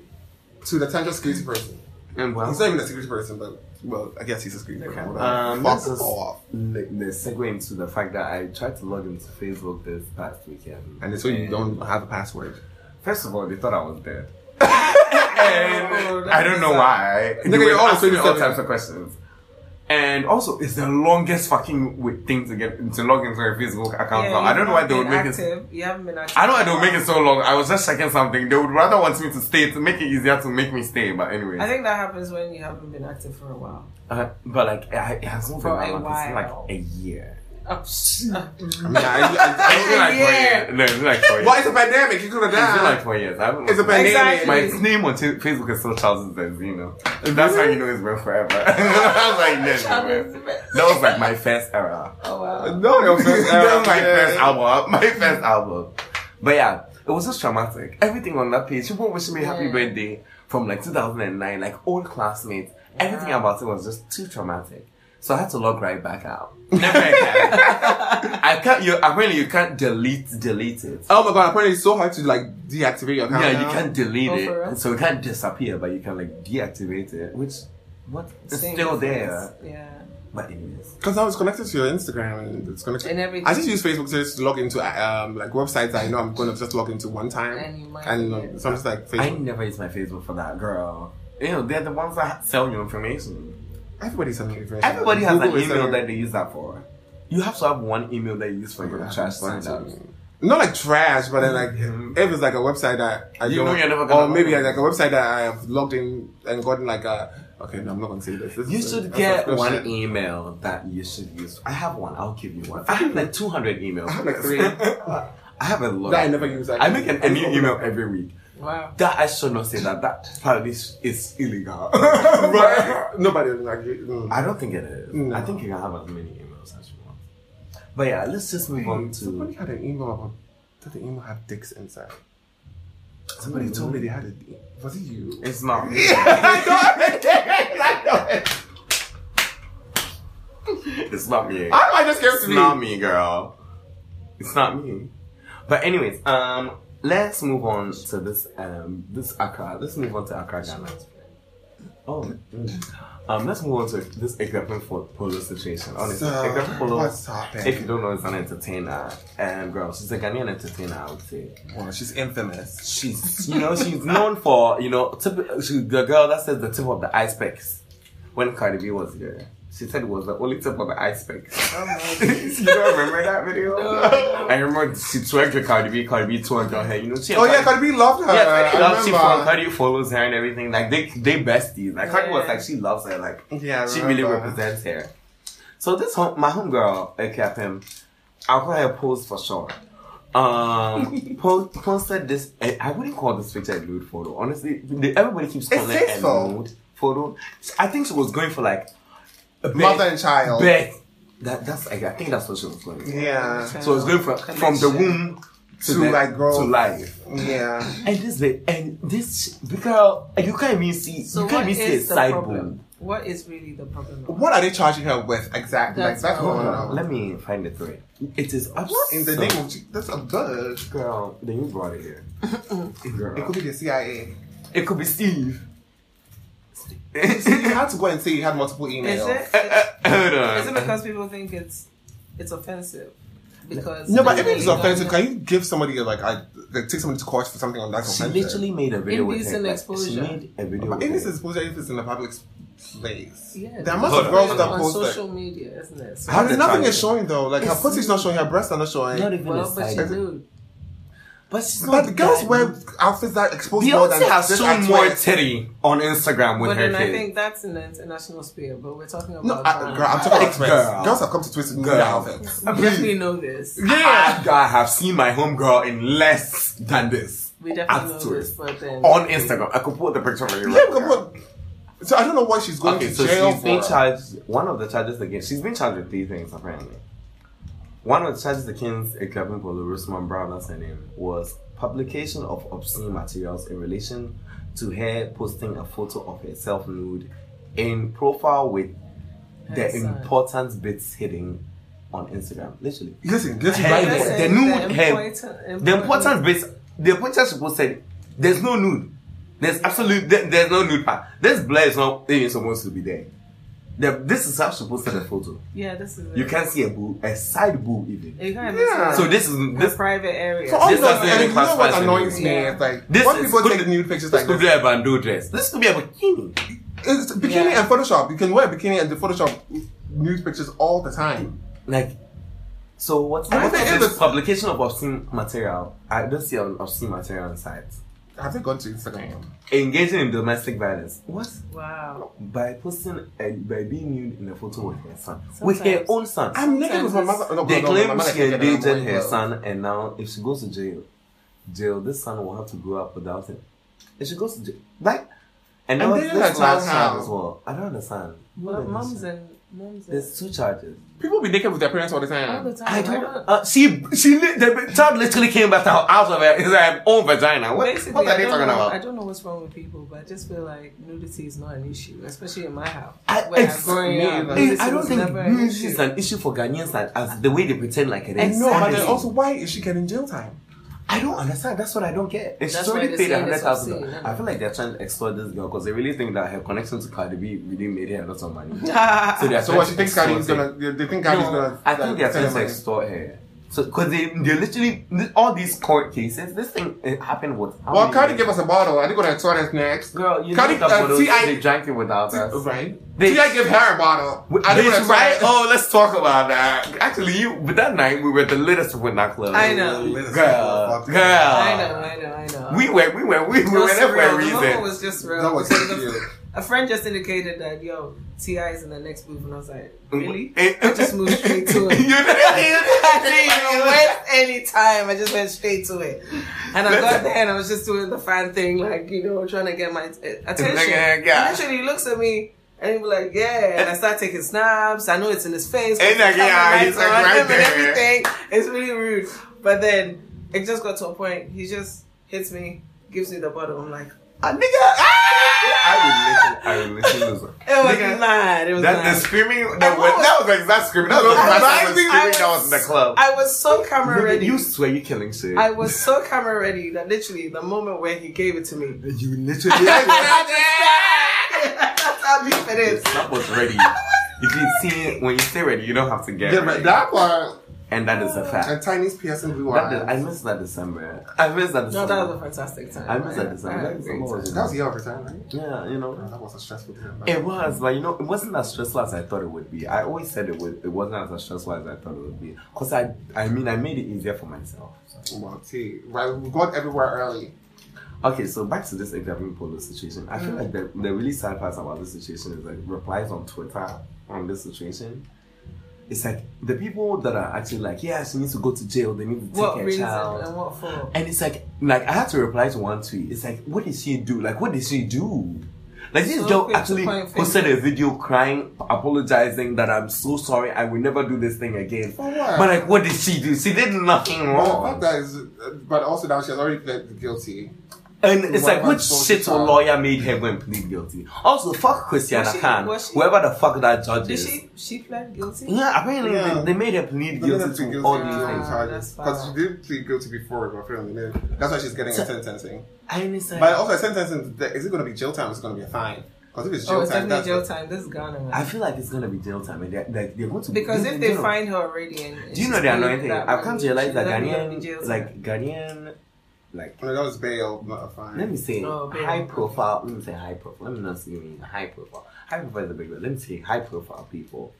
Speaker 4: to the potential security person.
Speaker 5: And well,
Speaker 4: He's not even a security person, but well, I guess he's a security person. whatever.
Speaker 5: Um,
Speaker 4: fuck
Speaker 5: this is-
Speaker 4: off.
Speaker 5: the, the segue into the fact that I tried to log into Facebook this past weekend,
Speaker 4: And so you don't have a password.
Speaker 5: First of all, they thought I was dead.
Speaker 6: Oh,
Speaker 5: and I don't know why. They
Speaker 4: you're
Speaker 5: were
Speaker 4: all
Speaker 5: asking me all
Speaker 4: yourself.
Speaker 5: types of questions. And also, it's the longest fucking wait- thing to get to log into a Facebook account. now.
Speaker 6: you
Speaker 5: I don't know why
Speaker 6: haven't
Speaker 5: they would
Speaker 6: been
Speaker 5: make it.
Speaker 6: active. You haven't been active.
Speaker 5: I know I don't make it so long. I was just checking something. They would rather want me to stay to make it easier to make me stay. But anyway,
Speaker 6: I think that happens when you haven't been active for a while.
Speaker 5: uh, but like I, it hasn't been
Speaker 6: For
Speaker 5: that
Speaker 6: a
Speaker 5: long. It's been like
Speaker 6: while.
Speaker 5: a year.
Speaker 6: Oh,
Speaker 4: I mean, I, I,
Speaker 5: It's been like four
Speaker 6: year.
Speaker 5: years. No, it's been like four
Speaker 4: I,
Speaker 5: years.
Speaker 4: well, it's a pandemic. You could have
Speaker 5: It's been like
Speaker 4: died.
Speaker 5: four years. I haven't
Speaker 4: It's a
Speaker 5: looked at-
Speaker 4: pandemic.
Speaker 6: Exactly.
Speaker 5: My name on t- Facebook is still Charles Zenzino. That's how you know it's been forever. I was like, no, no, no. That was like my first era.
Speaker 6: Oh, wow.
Speaker 4: No, your
Speaker 5: that was
Speaker 4: first
Speaker 5: my
Speaker 4: album.
Speaker 5: first album. My first album. But yeah, it was just traumatic. Everything on that page, people wishing me happy
Speaker 6: Yeah.
Speaker 5: birthday from like 2009, like old classmates. Everything about it was just too traumatic. So I had to log right back out. Never again. I can't. You apparently you can't delete delete it.
Speaker 4: Oh my god! Apparently, it's so hard to like deactivate your account.
Speaker 5: Yeah,
Speaker 4: now.
Speaker 5: you can't delete
Speaker 6: Oh, for real?
Speaker 5: it, so it can't disappear, but you can like deactivate it, which what it's
Speaker 6: Same
Speaker 5: still
Speaker 6: difference.
Speaker 5: there.
Speaker 6: Yeah.
Speaker 5: But anyways,
Speaker 4: Because now it's connected to your Instagram and it's connected
Speaker 6: And everything.
Speaker 4: I just use Facebook to just log into uh, um, like websites that I know I'm going to just log into one time.
Speaker 6: And you might
Speaker 4: And
Speaker 6: forget.
Speaker 4: um, so I'm just like
Speaker 5: I
Speaker 4: Facebook.
Speaker 5: never use my Facebook for that, girl. You know, they're the ones that sell you information.
Speaker 4: Everybody's something different.
Speaker 5: Everybody has
Speaker 4: Google
Speaker 5: an
Speaker 4: is
Speaker 5: email
Speaker 4: something-
Speaker 5: that they use that for. You have to have one email that you use for your trash sign up.
Speaker 4: Not like trash, but then like
Speaker 5: Mhm.
Speaker 4: if it's like a website that I
Speaker 5: You
Speaker 4: don't,
Speaker 5: know you're never gonna
Speaker 4: or maybe
Speaker 5: log in.
Speaker 4: like a website that I have logged in and gotten like a. Okay, no, I'm not gonna say this. this
Speaker 5: You
Speaker 4: is a-
Speaker 5: should
Speaker 4: a
Speaker 5: get
Speaker 4: subscription.
Speaker 5: one email that you should use. I have one. I'll give you one. I have like 200 emails.
Speaker 4: I have like three.
Speaker 5: I have a lot.
Speaker 4: That I never use,
Speaker 5: I make an, a new
Speaker 4: actually.
Speaker 5: email every week.
Speaker 6: Wow.
Speaker 5: That I should not say that. That probably is- is illegal.
Speaker 4: right? Nobody like. mm.
Speaker 5: I don't think it is.
Speaker 4: No.
Speaker 5: I think you can have as many emails as you want. But yeah, let's just move on
Speaker 4: Somebody
Speaker 5: to.
Speaker 4: had an email about. Did the email have dicks inside? Somebody told me they had a. Was it you?
Speaker 5: It's not. It's not me.
Speaker 4: I don't know, I just came
Speaker 5: It's
Speaker 4: to me.
Speaker 5: not me, girl. It's not me. But anyways, um, let's move on to this um this Accra. Let's move on to Accra, Ghana. Oh, um, let's move on to this Ekpepin Fo- Polo situation. Honestly,
Speaker 4: So,
Speaker 5: Ekpepin Polo.
Speaker 4: what's happening?
Speaker 5: If you don't know, is an entertainer. Um, girl, she's a Ghanaian entertainer. I would say
Speaker 4: Well, she's infamous.
Speaker 5: she's you know she's known for you know tip, she's the girl that says the tip of the icebergs when Cardi B was there. She said it was the only tip of the iceberg.
Speaker 6: Oh my
Speaker 5: you don't remember that video? I remember she twerked with Cardi B. Cardi B twerked on her. You know, she
Speaker 4: Oh yeah, Cardi B loved her.
Speaker 5: yeah, Cardi loves she follow,
Speaker 4: I
Speaker 5: Cardi follows her and everything. Like they they besties. Like Cardi was
Speaker 6: Yeah.
Speaker 5: like she loves her. Like
Speaker 4: remember. Yeah, I
Speaker 5: she really
Speaker 4: remember.
Speaker 5: represents her. So this home, my homegirl, aka him, I'll call her Pose for short. Um, po- posted this. I, I wouldn't call this picture a nude photo. Honestly, the- everybody keeps
Speaker 4: It
Speaker 5: calling it,
Speaker 4: says
Speaker 5: a
Speaker 4: so.
Speaker 5: nude photo. I think she was going for like a
Speaker 4: Mother and child.
Speaker 5: Best. That, that's I, I think that's what she was going. For.
Speaker 4: Yeah,
Speaker 5: So it's going from from the
Speaker 6: Connection.
Speaker 5: womb
Speaker 4: To,
Speaker 5: the-
Speaker 4: like, growth.
Speaker 5: to life.
Speaker 4: yeah.
Speaker 5: And this bit, and this girl, you can't even see.
Speaker 6: So
Speaker 5: you can't
Speaker 6: what
Speaker 5: even see a
Speaker 6: is the
Speaker 5: side
Speaker 6: problem?
Speaker 5: boob.
Speaker 6: What is really the problem? of-
Speaker 4: What are they charging her with exactly?
Speaker 6: That's
Speaker 4: like that's
Speaker 6: what-
Speaker 4: what I wanna know.
Speaker 5: Let me find the thread. It is absurd.
Speaker 4: In the name of Je- that's absurd.
Speaker 5: girl, then you brought it here. Girl.
Speaker 4: It could be the CIA.
Speaker 5: it could be Steve.
Speaker 4: You had to go and say you had multiple emails.
Speaker 6: Is it?
Speaker 5: Hold
Speaker 6: Is it
Speaker 5: on.
Speaker 6: because people think it's it's offensive? Because
Speaker 4: No, but
Speaker 6: they
Speaker 4: if it's
Speaker 6: don't
Speaker 4: offensive,
Speaker 6: know.
Speaker 4: can you give somebody like I like, take somebody to court for something on that
Speaker 5: She
Speaker 4: offensive?
Speaker 5: literally made a video with her.
Speaker 6: Indecent
Speaker 5: like,
Speaker 6: exposure.
Speaker 5: She made a video.
Speaker 4: But
Speaker 5: With
Speaker 4: if it's
Speaker 5: her.
Speaker 4: exposure, if it's in a public s- place,
Speaker 6: Yeah,
Speaker 4: there must
Speaker 5: Hold
Speaker 4: have
Speaker 5: on.
Speaker 4: girls that
Speaker 6: on
Speaker 4: post
Speaker 6: social
Speaker 4: that.
Speaker 6: media, isn't it? So
Speaker 5: How
Speaker 4: But
Speaker 5: did-
Speaker 4: nothing
Speaker 5: It's-
Speaker 4: is showing though. Like her pussy's not showing, her breasts are not showing.
Speaker 5: Not even a
Speaker 6: well, but
Speaker 5: side
Speaker 6: she
Speaker 5: boob.
Speaker 6: knew.
Speaker 5: But she's
Speaker 4: but
Speaker 5: not
Speaker 4: girls
Speaker 5: that-
Speaker 4: wear outfits that expose more than
Speaker 5: Beyonce has
Speaker 4: this
Speaker 5: shown
Speaker 4: at
Speaker 5: more
Speaker 4: twice.
Speaker 5: titty on Instagram with
Speaker 6: But
Speaker 5: her
Speaker 6: then I
Speaker 5: kids.
Speaker 6: think that's in the international sphere. But we're talking about
Speaker 4: No, I,
Speaker 6: Ghana.
Speaker 4: girl, I'm talking about
Speaker 5: It's
Speaker 4: twins.
Speaker 5: girl.
Speaker 4: Girls have come to twist in
Speaker 5: Girl.
Speaker 4: their outfits.
Speaker 6: We definitely know this.
Speaker 5: Yeah, I, I have seen my homegirl in less than this
Speaker 6: We definitely know
Speaker 5: Afterwards.
Speaker 6: this. But then
Speaker 5: on Instagram. I could put the picture for you.
Speaker 4: Yeah,
Speaker 5: right
Speaker 4: come
Speaker 5: now.
Speaker 4: on. So I don't know what she's going
Speaker 5: Okay,
Speaker 4: to
Speaker 5: so
Speaker 4: jail
Speaker 5: she's
Speaker 4: for.
Speaker 5: been charged. One of the charges against she's been charged with three things apparently. One of the charges against Kevin Bolorusman Brown, that's her name, was publication of obscene materials in relation to her posting a photo of herself nude in profile with
Speaker 6: Her
Speaker 5: the
Speaker 6: son.
Speaker 5: important bits hidden on Instagram. Literally,
Speaker 4: Listen, listen,
Speaker 5: Hey,
Speaker 4: right
Speaker 5: listen.
Speaker 4: there.
Speaker 5: The nude hair.
Speaker 6: important-
Speaker 5: the important bits, the important people said, there's no nude. There's absolute, there- there's no nude part. This blur is not even supposed to be there. The, this is how she posted the photo.
Speaker 6: Yeah, this is.
Speaker 5: You
Speaker 6: it.
Speaker 5: can't see a boob, a side boob even.
Speaker 6: You can't.
Speaker 4: Yeah.
Speaker 5: So this is
Speaker 6: the
Speaker 5: this.
Speaker 6: private area.
Speaker 4: For all
Speaker 5: This
Speaker 4: those,
Speaker 5: doesn't even
Speaker 4: and you know
Speaker 5: classify
Speaker 4: what
Speaker 5: as
Speaker 4: annoys
Speaker 5: nude.
Speaker 4: me?
Speaker 6: Yeah.
Speaker 4: It's like
Speaker 5: This
Speaker 4: when
Speaker 5: is
Speaker 4: people
Speaker 5: good-
Speaker 4: take nude pictures
Speaker 5: This
Speaker 4: like
Speaker 5: could
Speaker 4: this.
Speaker 5: be a bandeau dress. This could be a bikini.
Speaker 4: It's bikini
Speaker 6: Yeah.
Speaker 4: and Photoshop. You can wear bikini and the Photoshop nude pictures all the time.
Speaker 5: Like, so what's
Speaker 4: I
Speaker 5: what
Speaker 4: think
Speaker 5: is
Speaker 4: it
Speaker 5: this
Speaker 4: is-
Speaker 5: publication of obscene material? I don't see an obscene material on site.
Speaker 4: Have they gone to Instagram?
Speaker 5: Engaging in domestic violence. What?
Speaker 6: Wow.
Speaker 5: By posting, a, by being nude in a photo with her son, with her
Speaker 6: Sometimes.
Speaker 5: own son.
Speaker 4: I'm naked with my
Speaker 6: Sometimes-
Speaker 4: mother. oh, No,
Speaker 5: They
Speaker 4: no, no, my
Speaker 5: claim
Speaker 4: mother
Speaker 5: she
Speaker 4: can't get
Speaker 5: engaged
Speaker 4: another
Speaker 5: in
Speaker 4: boy,
Speaker 5: her
Speaker 4: but-
Speaker 5: son, and now if she goes to jail, jail, this son will have to grow up without him. If she goes to jail, like, and
Speaker 4: And
Speaker 5: now
Speaker 4: they
Speaker 5: this
Speaker 4: don't
Speaker 5: last
Speaker 4: understand
Speaker 5: child
Speaker 4: how.
Speaker 5: as well. I don't understand. What
Speaker 6: But
Speaker 5: is
Speaker 6: mums
Speaker 5: this?
Speaker 6: and mums and
Speaker 5: There's two charges.
Speaker 4: People be naked with their parents all the
Speaker 6: all the
Speaker 4: time.
Speaker 6: time.
Speaker 5: I don't. Uh, she she li- the child literally came out of out of her, is her own vagina. What,
Speaker 6: Basically,
Speaker 5: what are
Speaker 6: I
Speaker 5: they
Speaker 6: don't
Speaker 5: talking
Speaker 6: know, I
Speaker 5: about?
Speaker 6: don't know what's wrong with people, but I just feel like nudity is not an issue, especially in my house.
Speaker 5: I,
Speaker 6: where
Speaker 5: it's-
Speaker 6: growing
Speaker 4: me
Speaker 6: up,
Speaker 4: either.
Speaker 5: it-
Speaker 6: nudity
Speaker 5: I don't
Speaker 6: was
Speaker 5: think
Speaker 6: never an
Speaker 5: this
Speaker 6: issue.
Speaker 5: is an issue for Ghanaians as, as the way they pretend like it is.
Speaker 4: No, but then
Speaker 5: Honestly.
Speaker 4: also, why is she getting jail time?
Speaker 5: I don't understand. That's what I don't get. It's
Speaker 6: That's
Speaker 5: she's already
Speaker 6: why they're
Speaker 5: paid a
Speaker 6: saying
Speaker 5: hundred
Speaker 6: it's
Speaker 5: thousand.
Speaker 6: obscene,
Speaker 5: dollars.
Speaker 6: isn't it?
Speaker 5: I feel like they're trying to exploit this girl because they really think that her connection to Cardi B really made her lots of money. so
Speaker 4: So
Speaker 5: they're trying
Speaker 4: what
Speaker 5: to
Speaker 4: she thinks
Speaker 5: exploit
Speaker 4: Cardi's
Speaker 5: her.
Speaker 4: gonna? They think Cardi's
Speaker 5: No,
Speaker 4: gonna?
Speaker 5: I think they're
Speaker 4: like, send
Speaker 5: trying
Speaker 4: her
Speaker 5: to
Speaker 4: money.
Speaker 5: extort her. So because they they literally all these court cases. This thing it happened with. how
Speaker 4: Well,
Speaker 5: many-
Speaker 4: Cardi gave us a bottle. Are they gonna extort us next?
Speaker 5: Girl, you
Speaker 4: Cardi-
Speaker 5: know
Speaker 4: uh,
Speaker 5: that photos,
Speaker 4: T.I.
Speaker 5: they drank it without us.
Speaker 4: Right?
Speaker 5: They-
Speaker 4: Did I give her a bottle? Are they
Speaker 5: Bitch,
Speaker 4: gonna extort
Speaker 5: right?
Speaker 4: us?
Speaker 5: Oh, let's talk about that. Actually, you but that night we were the littest of that club.
Speaker 6: I know.
Speaker 5: girl, girl.
Speaker 6: I know, I know, I know.
Speaker 5: We were, we were, we
Speaker 6: It
Speaker 5: were
Speaker 6: was
Speaker 5: there for
Speaker 6: Uh,
Speaker 5: a
Speaker 6: surreal. The moment
Speaker 5: reason.
Speaker 6: was just real.
Speaker 4: That was
Speaker 6: Because the-
Speaker 4: cute.
Speaker 6: A friend just indicated that yo, Ti is in the next booth, and I was like, really?
Speaker 5: Eh,
Speaker 6: I just moved straight to it.
Speaker 5: You know,
Speaker 6: I didn't even waste any time. I just went straight to it, and I got there and I was just doing the fan thing, like you know, trying to get my uh, attention.
Speaker 5: Yeah,
Speaker 6: And
Speaker 5: yeah.
Speaker 6: Literally, he looks at me and he be like, "Yeah," and I start taking snaps. I know it's in his face.
Speaker 5: And like,
Speaker 6: Camera
Speaker 5: yeah, he's
Speaker 6: lights
Speaker 5: like
Speaker 6: on
Speaker 5: right
Speaker 6: him
Speaker 5: there.
Speaker 6: and everything. It's really rude. But then it just got to a point. He just hits me, gives me the bottle. I'm like, "Ah, nigga, ah!"
Speaker 5: I would listen, I would listen to
Speaker 6: It was
Speaker 5: Nigga,
Speaker 6: mad. It was
Speaker 5: that. The
Speaker 6: mad.
Speaker 5: screaming, that was,
Speaker 6: I was-
Speaker 5: that was like that screaming. That was
Speaker 4: I
Speaker 5: like
Speaker 4: was-
Speaker 5: that screaming
Speaker 6: I
Speaker 5: that was in the club.
Speaker 6: I was so camera ready.
Speaker 5: You swear you killing shit.
Speaker 6: I was so camera ready that literally the moment where he gave it to me,
Speaker 5: you literally. Yeah,
Speaker 6: that's how deep it
Speaker 5: yeah.
Speaker 6: is.
Speaker 5: That was ready. You can see it when you stay ready. You don't have to get
Speaker 4: Yeah,
Speaker 5: ready.
Speaker 4: but that part.
Speaker 5: and that is a
Speaker 4: A
Speaker 5: fact.
Speaker 4: Chinese piercing blue
Speaker 5: That
Speaker 4: eyes.
Speaker 5: is, I miss that December. I miss that
Speaker 6: No,
Speaker 5: December.
Speaker 6: that was a fantastic time.
Speaker 5: I miss that December.
Speaker 6: I
Speaker 5: That
Speaker 6: had a
Speaker 5: December
Speaker 6: great
Speaker 5: was-
Speaker 4: that was your time, right?
Speaker 5: yeah, you know.
Speaker 4: Oh, That was a stressful time. but-
Speaker 5: It was, but you know, it wasn't as stressful as I thought it would be. I always said it would. It wasn't as stressful as I thought it would be. Cause I, I mean, I made it easier for myself. So.
Speaker 4: Well, T, right, we got everywhere early.
Speaker 5: Okay, so back to this Igavin Polo situation. I feel like the, the really sad part about this situation is like replies on Twitter on this situation. It's like the people that are actually like, yeah, she needs to go to jail. They need to take
Speaker 6: What
Speaker 5: her
Speaker 6: reason
Speaker 5: child.
Speaker 6: and what for?
Speaker 5: And it's like, like I had to reply to one tweet. It's like, what did she do? Like, what did she do? Like this
Speaker 6: So
Speaker 5: girl
Speaker 6: quick to
Speaker 5: actually
Speaker 6: point
Speaker 5: posted a
Speaker 6: fingers.
Speaker 5: video crying, apologizing that I'm so sorry, I will never do this thing again.
Speaker 4: For what?
Speaker 5: But like, what did she do? She did nothing
Speaker 4: But,
Speaker 5: wrong.
Speaker 4: but that is, but also now she has already pled guilty.
Speaker 5: And it's
Speaker 4: Why
Speaker 5: like,
Speaker 4: am I
Speaker 5: which
Speaker 4: supposed
Speaker 5: shit
Speaker 4: to
Speaker 5: or
Speaker 4: try?
Speaker 5: lawyer made her go and plead guilty? Also, fuck Christiana
Speaker 6: Was she-
Speaker 5: Khan,
Speaker 6: was she-
Speaker 5: whoever the fuck that judge
Speaker 6: Did
Speaker 5: is.
Speaker 6: she she pled guilty? Oh,
Speaker 5: Yeah, apparently
Speaker 4: Yeah.
Speaker 5: They, they made her plead
Speaker 4: They made her
Speaker 5: guilty to
Speaker 4: plead guilty
Speaker 5: all
Speaker 4: to
Speaker 5: these
Speaker 4: all
Speaker 5: things.
Speaker 6: Ah,
Speaker 4: charges
Speaker 6: that's
Speaker 4: because she
Speaker 6: fine.
Speaker 4: did plead guilty before, but apparently then- that's why she's getting
Speaker 5: So-
Speaker 4: a sentencing.
Speaker 5: And it's like,
Speaker 4: But also, a sentencing th- is it going to be jail time? or Is it going to be a fine? Because if it's jail
Speaker 6: oh, it's
Speaker 4: time,
Speaker 6: definitely
Speaker 4: that's
Speaker 6: jail time. This is Ghana, man.
Speaker 5: I feel like it's gonna be jail time, and they're, like they're going to
Speaker 6: because
Speaker 5: you-
Speaker 6: if
Speaker 5: you
Speaker 6: they
Speaker 5: know-
Speaker 6: find her already, and, and
Speaker 5: Do you know
Speaker 6: she's
Speaker 5: the
Speaker 6: paid
Speaker 5: annoying thing?
Speaker 6: that
Speaker 5: I've come to
Speaker 6: money,
Speaker 5: realize
Speaker 6: she's
Speaker 5: that
Speaker 6: definitely gonna be
Speaker 5: Ghanaian,
Speaker 6: jail time.
Speaker 5: like Ghanaian, like
Speaker 4: No, that was bail, not a fine.
Speaker 5: let me say
Speaker 6: Oh, baby.
Speaker 5: high profile. Let me say high profile. Let me not say mean high profile. High profile is a big word. Let me say high profile people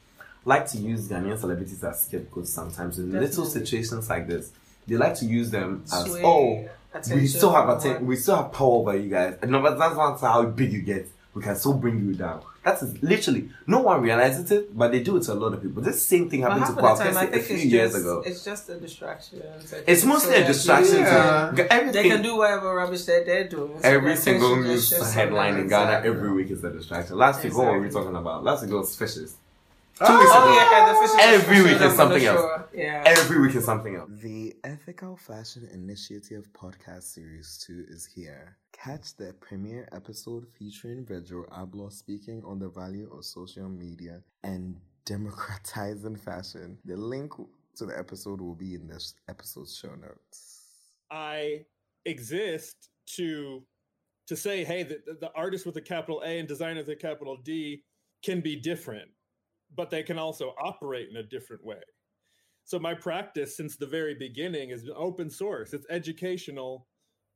Speaker 5: like to use Ghanaian celebrities as scapegoats sometimes in little
Speaker 6: Definitely.
Speaker 5: situations like this. They like to use them as
Speaker 6: Sway,
Speaker 5: oh, we
Speaker 6: attention,
Speaker 5: still have
Speaker 6: what-
Speaker 5: atten- we still have power over you guys. No, but that's not how big you get. We can still bring you down. That is literally no one realizes it, but they do it to a lot of people. This same thing
Speaker 6: But
Speaker 5: happened
Speaker 6: half
Speaker 5: to
Speaker 6: of the
Speaker 5: Kwame
Speaker 6: time, I
Speaker 5: a
Speaker 6: think
Speaker 5: few
Speaker 6: it's
Speaker 5: years
Speaker 6: just,
Speaker 5: ago.
Speaker 6: It's just a distraction. like,
Speaker 5: It's mostly
Speaker 6: so
Speaker 5: a
Speaker 6: that
Speaker 5: distraction.
Speaker 6: you-
Speaker 4: Yeah.
Speaker 5: To everything,
Speaker 6: They can do whatever rubbish that they're doing. so
Speaker 5: every
Speaker 6: their
Speaker 5: single
Speaker 6: attention
Speaker 5: news
Speaker 6: just shifts
Speaker 5: headline
Speaker 6: somewhere
Speaker 5: in
Speaker 6: else.
Speaker 5: Ghana every week is a distraction. Last week, what were we
Speaker 6: Exactly.
Speaker 5: talking about? Last week it was fishes.
Speaker 4: Two weeks ago.
Speaker 6: Oh yeah, and the fish
Speaker 5: Every
Speaker 6: showed
Speaker 5: week is
Speaker 6: up on the
Speaker 5: something else.
Speaker 6: shore. Yeah.
Speaker 5: Every week is something else.
Speaker 7: The Ethical Fashion Initiative Podcast Series 2 is here. Catch the premiere episode featuring Virgil Abloh speaking on the value of social media and democratizing fashion. The link to the episode will be in this episode's show notes.
Speaker 8: I exist to to say, hey, the, the artist with a capital A and designer with a capital D can be different, but they can also operate in a different way. So my practice since the very beginning is open source. It's educational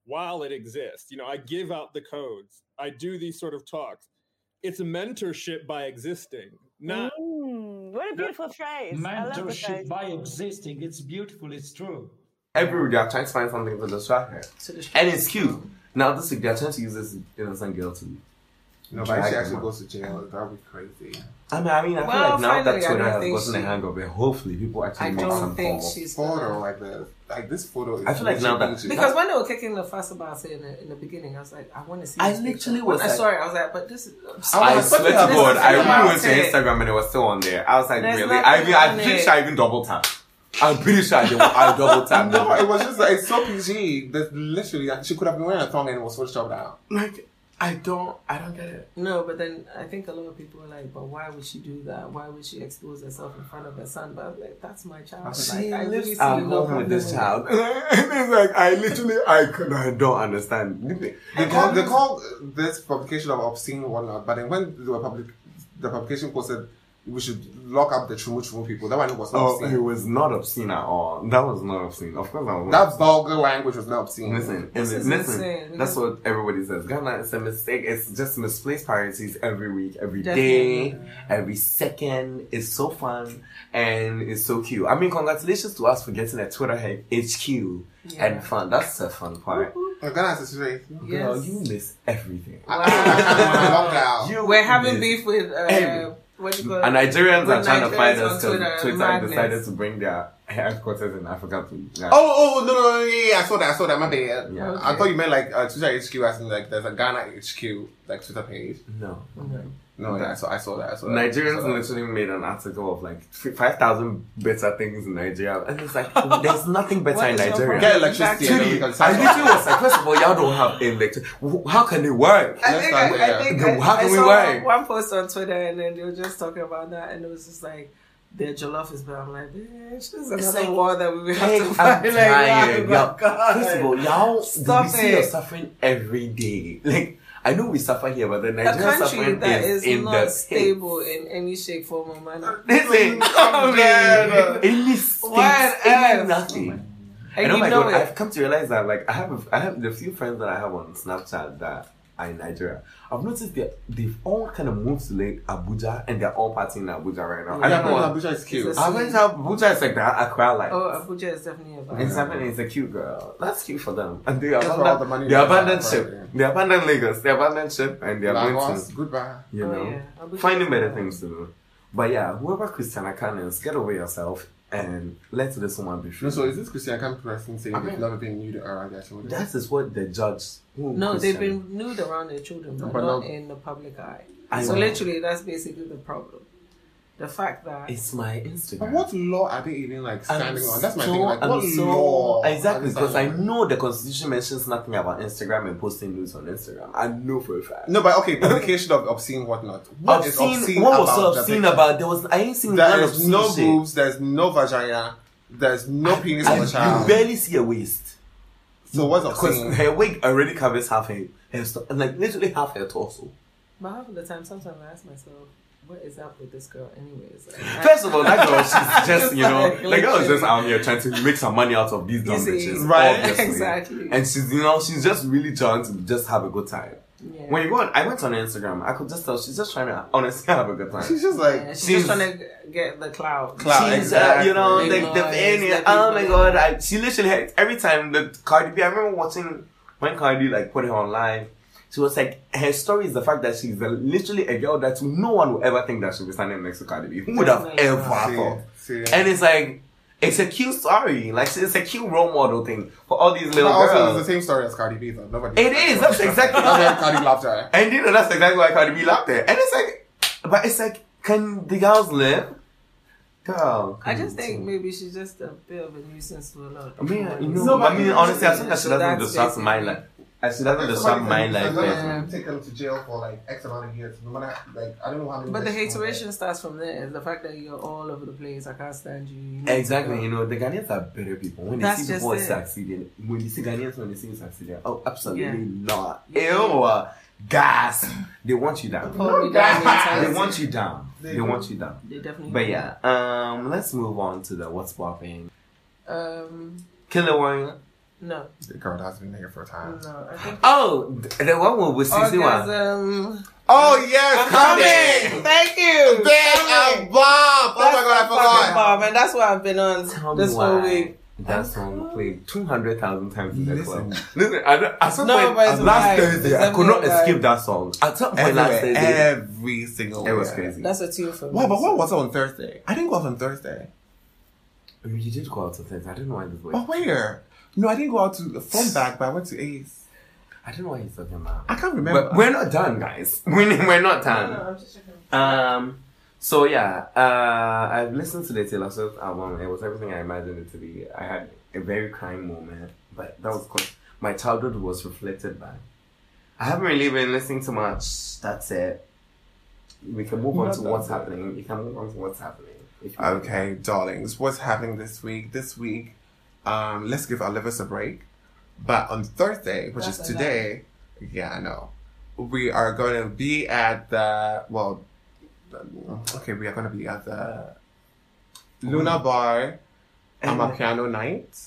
Speaker 8: while it exists. You know, I give out the codes. I do these sort of talks. It's mentorship by existing, not
Speaker 1: Mm, what a beautiful phrase. I love the
Speaker 9: Mentorship
Speaker 1: phrase.
Speaker 9: by existing. It's beautiful. It's true.
Speaker 5: Every week they are trying to find something to distract her,
Speaker 6: To distract
Speaker 5: and it's cute. Now this week they are trying to use this innocent girl to.
Speaker 4: No, but if she
Speaker 5: Dragon.
Speaker 4: actually goes to jail, that would be crazy.
Speaker 5: I mean, I mean, I feel
Speaker 6: Well,
Speaker 5: like now that
Speaker 6: finally, I
Speaker 5: Twitter
Speaker 6: don't
Speaker 5: has
Speaker 6: think
Speaker 5: gotten the
Speaker 6: she-
Speaker 5: hang of it, hopefully people actually
Speaker 6: I
Speaker 5: make some
Speaker 6: don't think
Speaker 5: form of-
Speaker 6: she's
Speaker 4: Photo like the like this photo. Is
Speaker 5: I feel like now that-
Speaker 4: really
Speaker 6: Because when they were kicking the fuss about it in the, in the beginning, I was like, I want to see.
Speaker 5: I
Speaker 6: this picture.
Speaker 5: literally was
Speaker 6: When I
Speaker 5: like-
Speaker 6: saw it. I was like, but this is.
Speaker 5: I
Speaker 4: was
Speaker 5: swear to
Speaker 4: looking at
Speaker 5: God,
Speaker 6: this
Speaker 5: I
Speaker 6: thing.
Speaker 5: went to Instagram and it was still on there. I was like,
Speaker 6: There's
Speaker 5: really? I
Speaker 6: nothing
Speaker 5: mean, I'm
Speaker 6: on
Speaker 5: pretty
Speaker 6: it.
Speaker 5: sure I even double tapped. I'm pretty sure I, did- I double tapped.
Speaker 4: No, it was just like, it's so PG. That literally, like, she could have been wearing a thong and it was photoshopped out.
Speaker 5: like I don't, I don't get it.
Speaker 6: No, but then I think a lot of people were like, but why would she do that? Why would she expose herself in front of her son? But I was like, that's my child. Like, I really see
Speaker 5: I'm
Speaker 6: no
Speaker 5: home with this
Speaker 6: problem
Speaker 5: child. and it's like I literally, I, could, I don't understand.
Speaker 4: They call, they call this publication of obscene and whatnot, but then when the public, the publication posted, we should lock up the Chumu Chumu people. That one was not
Speaker 5: Oh, it
Speaker 4: obscene.
Speaker 5: was not obscene at all. That was not obscene. Of course, I was.
Speaker 4: That vulgar language was not obscene.
Speaker 5: Listen,
Speaker 6: This
Speaker 5: listen,
Speaker 6: is
Speaker 5: listen.
Speaker 6: insane.
Speaker 5: That's what everybody says. Ghana is a mistake. It's just misplaced priorities every week, every day,
Speaker 6: Definitely.
Speaker 5: every second. It's so fun and it's so cute. I mean, congratulations to us for getting a Twitter head HQ
Speaker 6: Yeah.
Speaker 5: and fun. That's the fun part.
Speaker 4: Ghana is straight.
Speaker 6: Yes.
Speaker 5: Girl, you miss everything.
Speaker 6: Wow.
Speaker 4: Lockdown.
Speaker 5: You
Speaker 6: we're having
Speaker 5: miss-
Speaker 6: beef with uh,
Speaker 5: Every-
Speaker 6: what do you call it?
Speaker 5: And Nigerians are
Speaker 6: With
Speaker 5: trying to fight
Speaker 6: Nigerians
Speaker 5: us
Speaker 6: on
Speaker 5: because
Speaker 6: Twitter,
Speaker 5: Twitter
Speaker 6: madness.
Speaker 5: decided to bring their headquarters in Africa to. Yeah.
Speaker 4: Oh, oh, no, no, no, yeah, yeah, I saw that, I saw that, my bad.
Speaker 5: Yeah.
Speaker 4: I thought you meant like uh, Twitter HQ, as in like there's a Ghana HQ, like Twitter page.
Speaker 5: no.
Speaker 4: No, yeah, I saw, I saw that, I saw that. I
Speaker 5: Nigerians
Speaker 4: saw that.
Speaker 5: literally made an article of like f- 5,000 better things in Nigeria. And it's like, there's nothing better
Speaker 6: What
Speaker 5: in
Speaker 6: is your
Speaker 5: Nigeria.
Speaker 4: Get electricity and then we
Speaker 5: Truly,
Speaker 4: can
Speaker 5: I
Speaker 4: start
Speaker 5: literally was like, first of all, y'all don't have electricity. How can it work?
Speaker 6: I
Speaker 4: Let's
Speaker 6: think
Speaker 4: start
Speaker 6: I,
Speaker 4: with
Speaker 6: I
Speaker 4: that.
Speaker 6: think
Speaker 5: Then
Speaker 6: I,
Speaker 5: how can
Speaker 6: I
Speaker 5: we
Speaker 6: saw
Speaker 5: work?
Speaker 6: one post on Twitter and then they were just talking about that and it was just like their jollof is bad. I'm like, bitch, this is another
Speaker 5: like,
Speaker 6: war that we will have
Speaker 5: Hey,
Speaker 6: to
Speaker 5: I'm
Speaker 6: fight. Like,
Speaker 5: tired.
Speaker 6: wow, my
Speaker 5: y'all.
Speaker 6: God.
Speaker 5: First of all, y'all,
Speaker 6: Stop
Speaker 5: we see your
Speaker 6: it.
Speaker 5: suffering every day. Like, I know we suffer here, but the
Speaker 6: a
Speaker 5: Nigerian
Speaker 6: country
Speaker 5: suffering
Speaker 6: that
Speaker 5: is,
Speaker 6: is,
Speaker 5: in the
Speaker 6: not
Speaker 5: pits.
Speaker 6: stable in any shape, form, or manner.
Speaker 5: Listen,
Speaker 4: I'm dead.
Speaker 5: any state
Speaker 6: Why
Speaker 5: do nothing.
Speaker 6: And
Speaker 5: And oh
Speaker 6: you
Speaker 5: my
Speaker 6: know
Speaker 5: god,
Speaker 6: it.
Speaker 5: I've come to realize that like I have a, I have the few friends that I have on Snapchat that are in Nigeria. I've noticed that they've all kind of moved to like Abuja and they're all partying in Abuja right now. I
Speaker 4: Yeah,
Speaker 5: don't know.
Speaker 4: but
Speaker 5: what-
Speaker 4: Abuja is cute.
Speaker 6: It's
Speaker 5: I went to Abuja. It's like that Accra like.
Speaker 6: Oh, Abuja is definitely a vibe.
Speaker 5: It's happening. It's a cute girl. That's cute for them. And they
Speaker 4: That's where all
Speaker 5: abandoned
Speaker 4: the money
Speaker 5: They
Speaker 4: is.
Speaker 5: abandoned
Speaker 4: Right,
Speaker 5: ship.
Speaker 4: yeah.
Speaker 5: They abandoned Lagos. They abandoned ship, and they are going
Speaker 4: Lagos,
Speaker 5: to
Speaker 4: goodbye.
Speaker 5: you
Speaker 6: Oh,
Speaker 5: know
Speaker 6: yeah. Abuja-
Speaker 5: finding better things to do. But yeah, whoever Christiana can is, get over yourself and let this woman be free.
Speaker 4: No, so is this Christian Camp person saying
Speaker 5: I
Speaker 4: they've
Speaker 5: mean-
Speaker 4: never been nude around their children?
Speaker 5: that is what the judge. who
Speaker 6: No, they've
Speaker 5: Christiana-
Speaker 6: been nude around their children, but,
Speaker 4: but
Speaker 6: not
Speaker 4: now-
Speaker 6: in the public eye.
Speaker 5: I
Speaker 6: so
Speaker 5: know.
Speaker 6: literally, that's basically the problem. The fact that
Speaker 5: It's my Instagram.
Speaker 4: But what law are they even like
Speaker 5: I'm
Speaker 4: standing on? That's my
Speaker 5: so-
Speaker 4: thing. Like,
Speaker 5: I'm
Speaker 4: what
Speaker 5: so-
Speaker 4: law? are they
Speaker 5: Exactly, because I
Speaker 4: standing on?
Speaker 5: know the Constitution mentions nothing about Instagram and posting news on Instagram. I know for a fact.
Speaker 4: No, but okay, publication of obscene whatnot. What is
Speaker 5: obscene,
Speaker 4: obscene
Speaker 5: what was
Speaker 4: about
Speaker 5: so
Speaker 4: the
Speaker 5: obscene
Speaker 4: picture?
Speaker 5: about? There was I ain't seen none
Speaker 4: There is
Speaker 5: obscene
Speaker 4: no
Speaker 5: shit.
Speaker 4: boobs. There's no vagina. There's no penis
Speaker 5: I-
Speaker 4: on the child.
Speaker 5: You barely see a waist
Speaker 4: so what's
Speaker 5: because
Speaker 4: obscene?
Speaker 5: her wig already covers half her, her sto- like literally half her torso.
Speaker 6: But half of the time, sometimes I ask myself, what is up with this girl, anyways? Like,
Speaker 5: First of all, that girl, she's just you know, the
Speaker 6: Like,
Speaker 5: girl is
Speaker 6: literally.
Speaker 5: just out here trying to make some money out of these dumb
Speaker 6: see,
Speaker 5: bitches,
Speaker 4: right,
Speaker 5: obviously.
Speaker 6: exactly.
Speaker 5: And she's you know, she's just really trying to just have a good time.
Speaker 6: yeah.
Speaker 5: When you go on, I went on her Instagram. I could just tell she's just trying to honestly have a good time.
Speaker 4: She's just like
Speaker 6: Yeah, she's,
Speaker 5: she's-
Speaker 6: just trying to get the clout.
Speaker 4: Clout,
Speaker 5: She's, uh, you know, the, the,
Speaker 6: Ignores
Speaker 5: venue.
Speaker 6: the
Speaker 5: Oh my
Speaker 6: people.
Speaker 5: god, I, she literally had, every time the Cardi B. I remember watching when Cardi like put her online. She was like, her story is the fact that she's a, literally a girl that no one would ever think that she'd be standing next to Cardi B. Who would have
Speaker 6: Definitely
Speaker 5: ever
Speaker 6: not.
Speaker 5: thought?
Speaker 4: See, see.
Speaker 5: And it's like, it's a cute story. Like it's a cute role model thing for all these
Speaker 4: But
Speaker 5: little
Speaker 4: also, it's
Speaker 5: girls.
Speaker 4: the same story as Cardi B though. Nobody.
Speaker 5: It is. That's exactly.
Speaker 4: That's why Cardi loved her.
Speaker 5: And you know, that's exactly why Cardi B laughed at. And it's like, but it's like, can the girls live? Girl,
Speaker 6: I just
Speaker 5: come
Speaker 6: think
Speaker 5: on.
Speaker 6: maybe she's just a bit of a nuisance to a lot of
Speaker 5: I mean,
Speaker 6: people.
Speaker 5: you know,
Speaker 4: No, but
Speaker 5: I mean, honestly, I think I
Speaker 6: So
Speaker 5: should have
Speaker 6: that's
Speaker 5: disrupt my
Speaker 6: basically-
Speaker 5: life. I should have disrupt my life.
Speaker 6: Yeah.
Speaker 5: Yeah.
Speaker 4: Take them to jail for like X amount of years. No matter like I don't know how many.
Speaker 6: But the
Speaker 4: years.
Speaker 6: hateration starts from there. The fact that you're all over the place, I can't stand you. you need to
Speaker 5: Exactly,
Speaker 6: go.
Speaker 5: you know, the Ghanaians are better people. When they
Speaker 6: That's
Speaker 5: see
Speaker 6: just
Speaker 5: people
Speaker 6: it.
Speaker 5: succeeding, when they see Ghanaians, when they see you succeeding, oh, absolutely
Speaker 6: Yeah.
Speaker 5: not.
Speaker 6: Yeah.
Speaker 5: Ew, gas. They want you down.
Speaker 6: Pull me down
Speaker 5: They
Speaker 6: mentality.
Speaker 5: want you down. They want you down.
Speaker 6: They definitely.
Speaker 5: But
Speaker 6: do.
Speaker 5: yeah, um, let's move on to the what's popping.
Speaker 6: Um.
Speaker 5: Killer Warrior.
Speaker 6: No.
Speaker 4: The girl that's been here for a time.
Speaker 6: No. I think.
Speaker 5: Oh, th- the one with ah. Sissy one.
Speaker 6: Orgasm.
Speaker 4: Oh yes, coming.
Speaker 6: Thank you.
Speaker 4: Big and bomb. Oh my god, I
Speaker 6: Fucking
Speaker 4: forgot.
Speaker 6: bomb, and that's what I've been on
Speaker 5: Tell me
Speaker 6: this whole
Speaker 5: why
Speaker 6: week.
Speaker 5: That song played 200,000 times in the
Speaker 4: Listen.
Speaker 5: club. Listen, I, don't- at some
Speaker 6: No,
Speaker 5: point,
Speaker 6: but it's
Speaker 5: last
Speaker 6: alright.
Speaker 5: Thursday, I
Speaker 6: It's
Speaker 5: could not
Speaker 6: definitely
Speaker 5: escape
Speaker 6: alright.
Speaker 5: that song. At some point last
Speaker 4: Everywhere,
Speaker 5: Thursday,
Speaker 4: every single.
Speaker 5: it was
Speaker 4: year.
Speaker 5: crazy.
Speaker 6: That's a tune for me.
Speaker 4: Wow, but what was it on Thursday? I didn't go out on Thursday.
Speaker 5: You did go out to Thursday. I don't know why this
Speaker 4: But
Speaker 5: was.
Speaker 4: where? No, I didn't go out to the phone back, but I went to Ace.
Speaker 5: I don't know why he's talking about.
Speaker 4: I can't remember.
Speaker 5: But we're not done, guys. We're, we're not
Speaker 6: No, no,
Speaker 5: done.
Speaker 6: I'm just checking.
Speaker 5: Um. So yeah, uh, I've listened to the Taylor Swift album. It was everything I imagined it to be. I had a very crying moment, but that was cool. My childhood was reflected back. I haven't really been listening to much. That's it. We can move on
Speaker 4: Not
Speaker 5: to
Speaker 4: that
Speaker 5: what's
Speaker 4: bad.
Speaker 5: happening. You can move on to what's happening. if you want.
Speaker 4: Okay, darlings, what's happening this week? This week, um, let's give our livers a break. But on Thursday, which
Speaker 6: That's
Speaker 4: is
Speaker 6: a lot.
Speaker 4: today, yeah, I know, we are going to be at the, well, um, okay, we are going to be at the Luna
Speaker 6: Mm-hmm.
Speaker 4: Bar Ama Piano Night.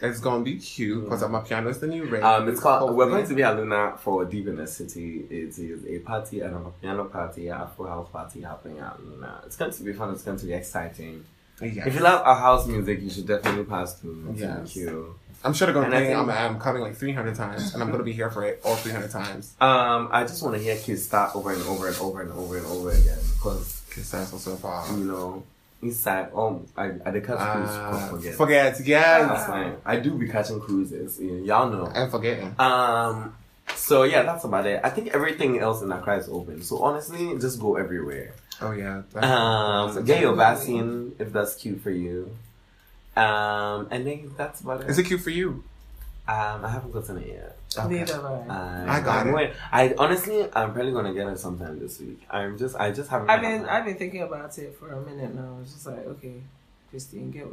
Speaker 4: It's going to be cute because
Speaker 6: Mm-hmm.
Speaker 4: Ama Piano is the new ring.
Speaker 5: Um, it's called. We're going to be at Luna for Deep in the City. It is a party and a piano party, a full house party happening at Luna. It's going to be fun. It's going to be exciting.
Speaker 4: Yeah.
Speaker 5: If you love our house music, you should definitely pass through.
Speaker 4: Yes.
Speaker 5: Thank you.
Speaker 4: I'm sure they're going
Speaker 5: and
Speaker 4: to
Speaker 5: I
Speaker 4: play
Speaker 5: think-
Speaker 4: I'm, I'm coming like 300 times and I'm going to be here for it all 300 times.
Speaker 5: Um, I just want to hear kids start over and over and over and over and over again because
Speaker 4: Because that's also far.
Speaker 5: you know inside. Oh, I, I the catch
Speaker 4: Ah,
Speaker 5: cruise. Forget.
Speaker 4: forget. yes.
Speaker 5: That's fine. I do be catching cruises. y- Y'all know.
Speaker 4: And forgetting.
Speaker 5: Um. So yeah, that's about it. I think everything else in Accra is open. So honestly, just go everywhere.
Speaker 4: Oh yeah. That's- that's
Speaker 5: Um,
Speaker 4: a
Speaker 5: get your
Speaker 4: good movie.
Speaker 5: vaccine if that's cute for you. Um, and then that's about it.
Speaker 4: Is it cute for you?
Speaker 5: Um, I haven't gotten it yet.
Speaker 6: Neither have I.
Speaker 5: Um,
Speaker 4: I got
Speaker 5: I'm
Speaker 4: it.
Speaker 5: wait- I honestly, I'm probably gonna get it sometime this week. I'm just, I just haven't.
Speaker 6: I've been I've been thinking about it for a minute now. It's just like okay, Christine, get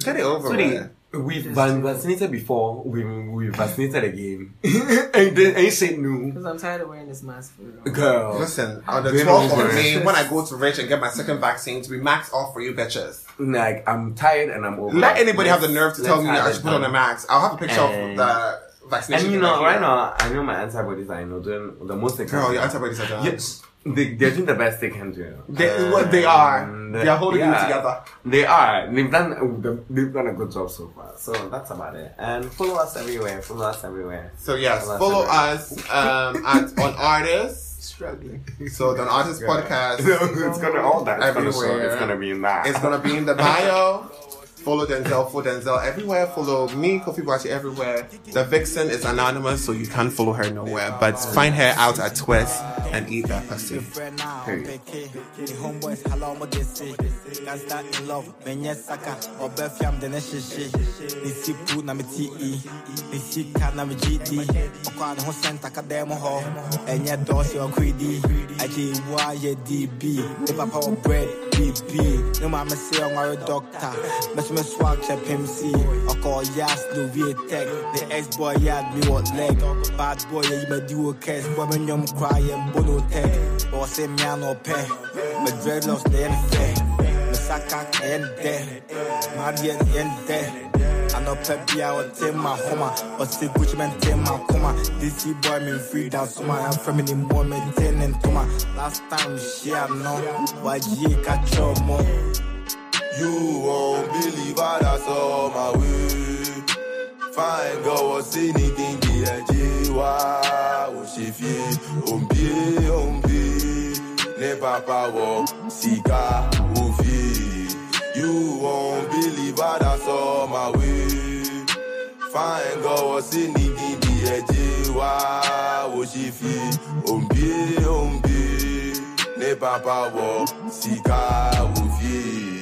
Speaker 4: Get it over
Speaker 5: Sweetie,
Speaker 4: with.
Speaker 5: we've been vaccinated before. We we vaccinated again, and then ain't shit new,
Speaker 6: Because I'm tired of wearing this mask for real.
Speaker 5: girl.
Speaker 4: Listen, on the
Speaker 5: Get
Speaker 4: 12th
Speaker 5: over
Speaker 4: of
Speaker 5: it.
Speaker 4: May, when I go to Rich and get my second vaccine, to be maxed off for you bitches.
Speaker 5: Like I'm tired and I'm over.
Speaker 4: Let
Speaker 5: it.
Speaker 4: anybody have the nerve to
Speaker 5: Let's-
Speaker 4: tell me
Speaker 5: let's
Speaker 4: I
Speaker 5: add
Speaker 4: should
Speaker 5: it
Speaker 4: put on a
Speaker 5: down.
Speaker 4: max. I'll have a picture of
Speaker 5: And-
Speaker 4: the vaccination.
Speaker 5: And you
Speaker 4: that I
Speaker 5: know, right
Speaker 4: get.
Speaker 5: now, I know my antibodies are, you know, doing the most they can.
Speaker 4: Girl,
Speaker 5: do.
Speaker 4: your antibodies are done.
Speaker 5: Yes. They, they're doing the best they can do.
Speaker 4: They, what they are.
Speaker 5: And,
Speaker 4: They are holding
Speaker 5: yeah,
Speaker 4: you together.
Speaker 5: They are. They've done, they've done a good job so far. So that's about it. And follow us everywhere. Follow us everywhere.
Speaker 4: So yes,
Speaker 5: Follow us
Speaker 4: follow
Speaker 5: everywhere.
Speaker 4: us um, at on artists.
Speaker 6: Struggling.
Speaker 4: So the artist
Speaker 5: Yeah.
Speaker 4: podcast.
Speaker 5: it's gonna, all that. It's gonna, show,
Speaker 4: Everywhere.
Speaker 5: it's gonna be in that.
Speaker 4: It's gonna be in the bio. Follow Denzel, follow Denzel everywhere. Follow me, Kofi Bachi everywhere. The vixen is anonymous, so you can't follow her nowhere. But find her out at Twist and eat that pussy.
Speaker 5: Period.
Speaker 3: E. E E E You won't believe what I saw my way. Fine girl was anything the edgy. Why would she feel? Umbi, umbi. Ne papa wo sika ufi. You won't believe what I saw my way. Fine girl was anything the edgy. Why would she feel? Umbi, umbi. Ne papa wo sika ufi.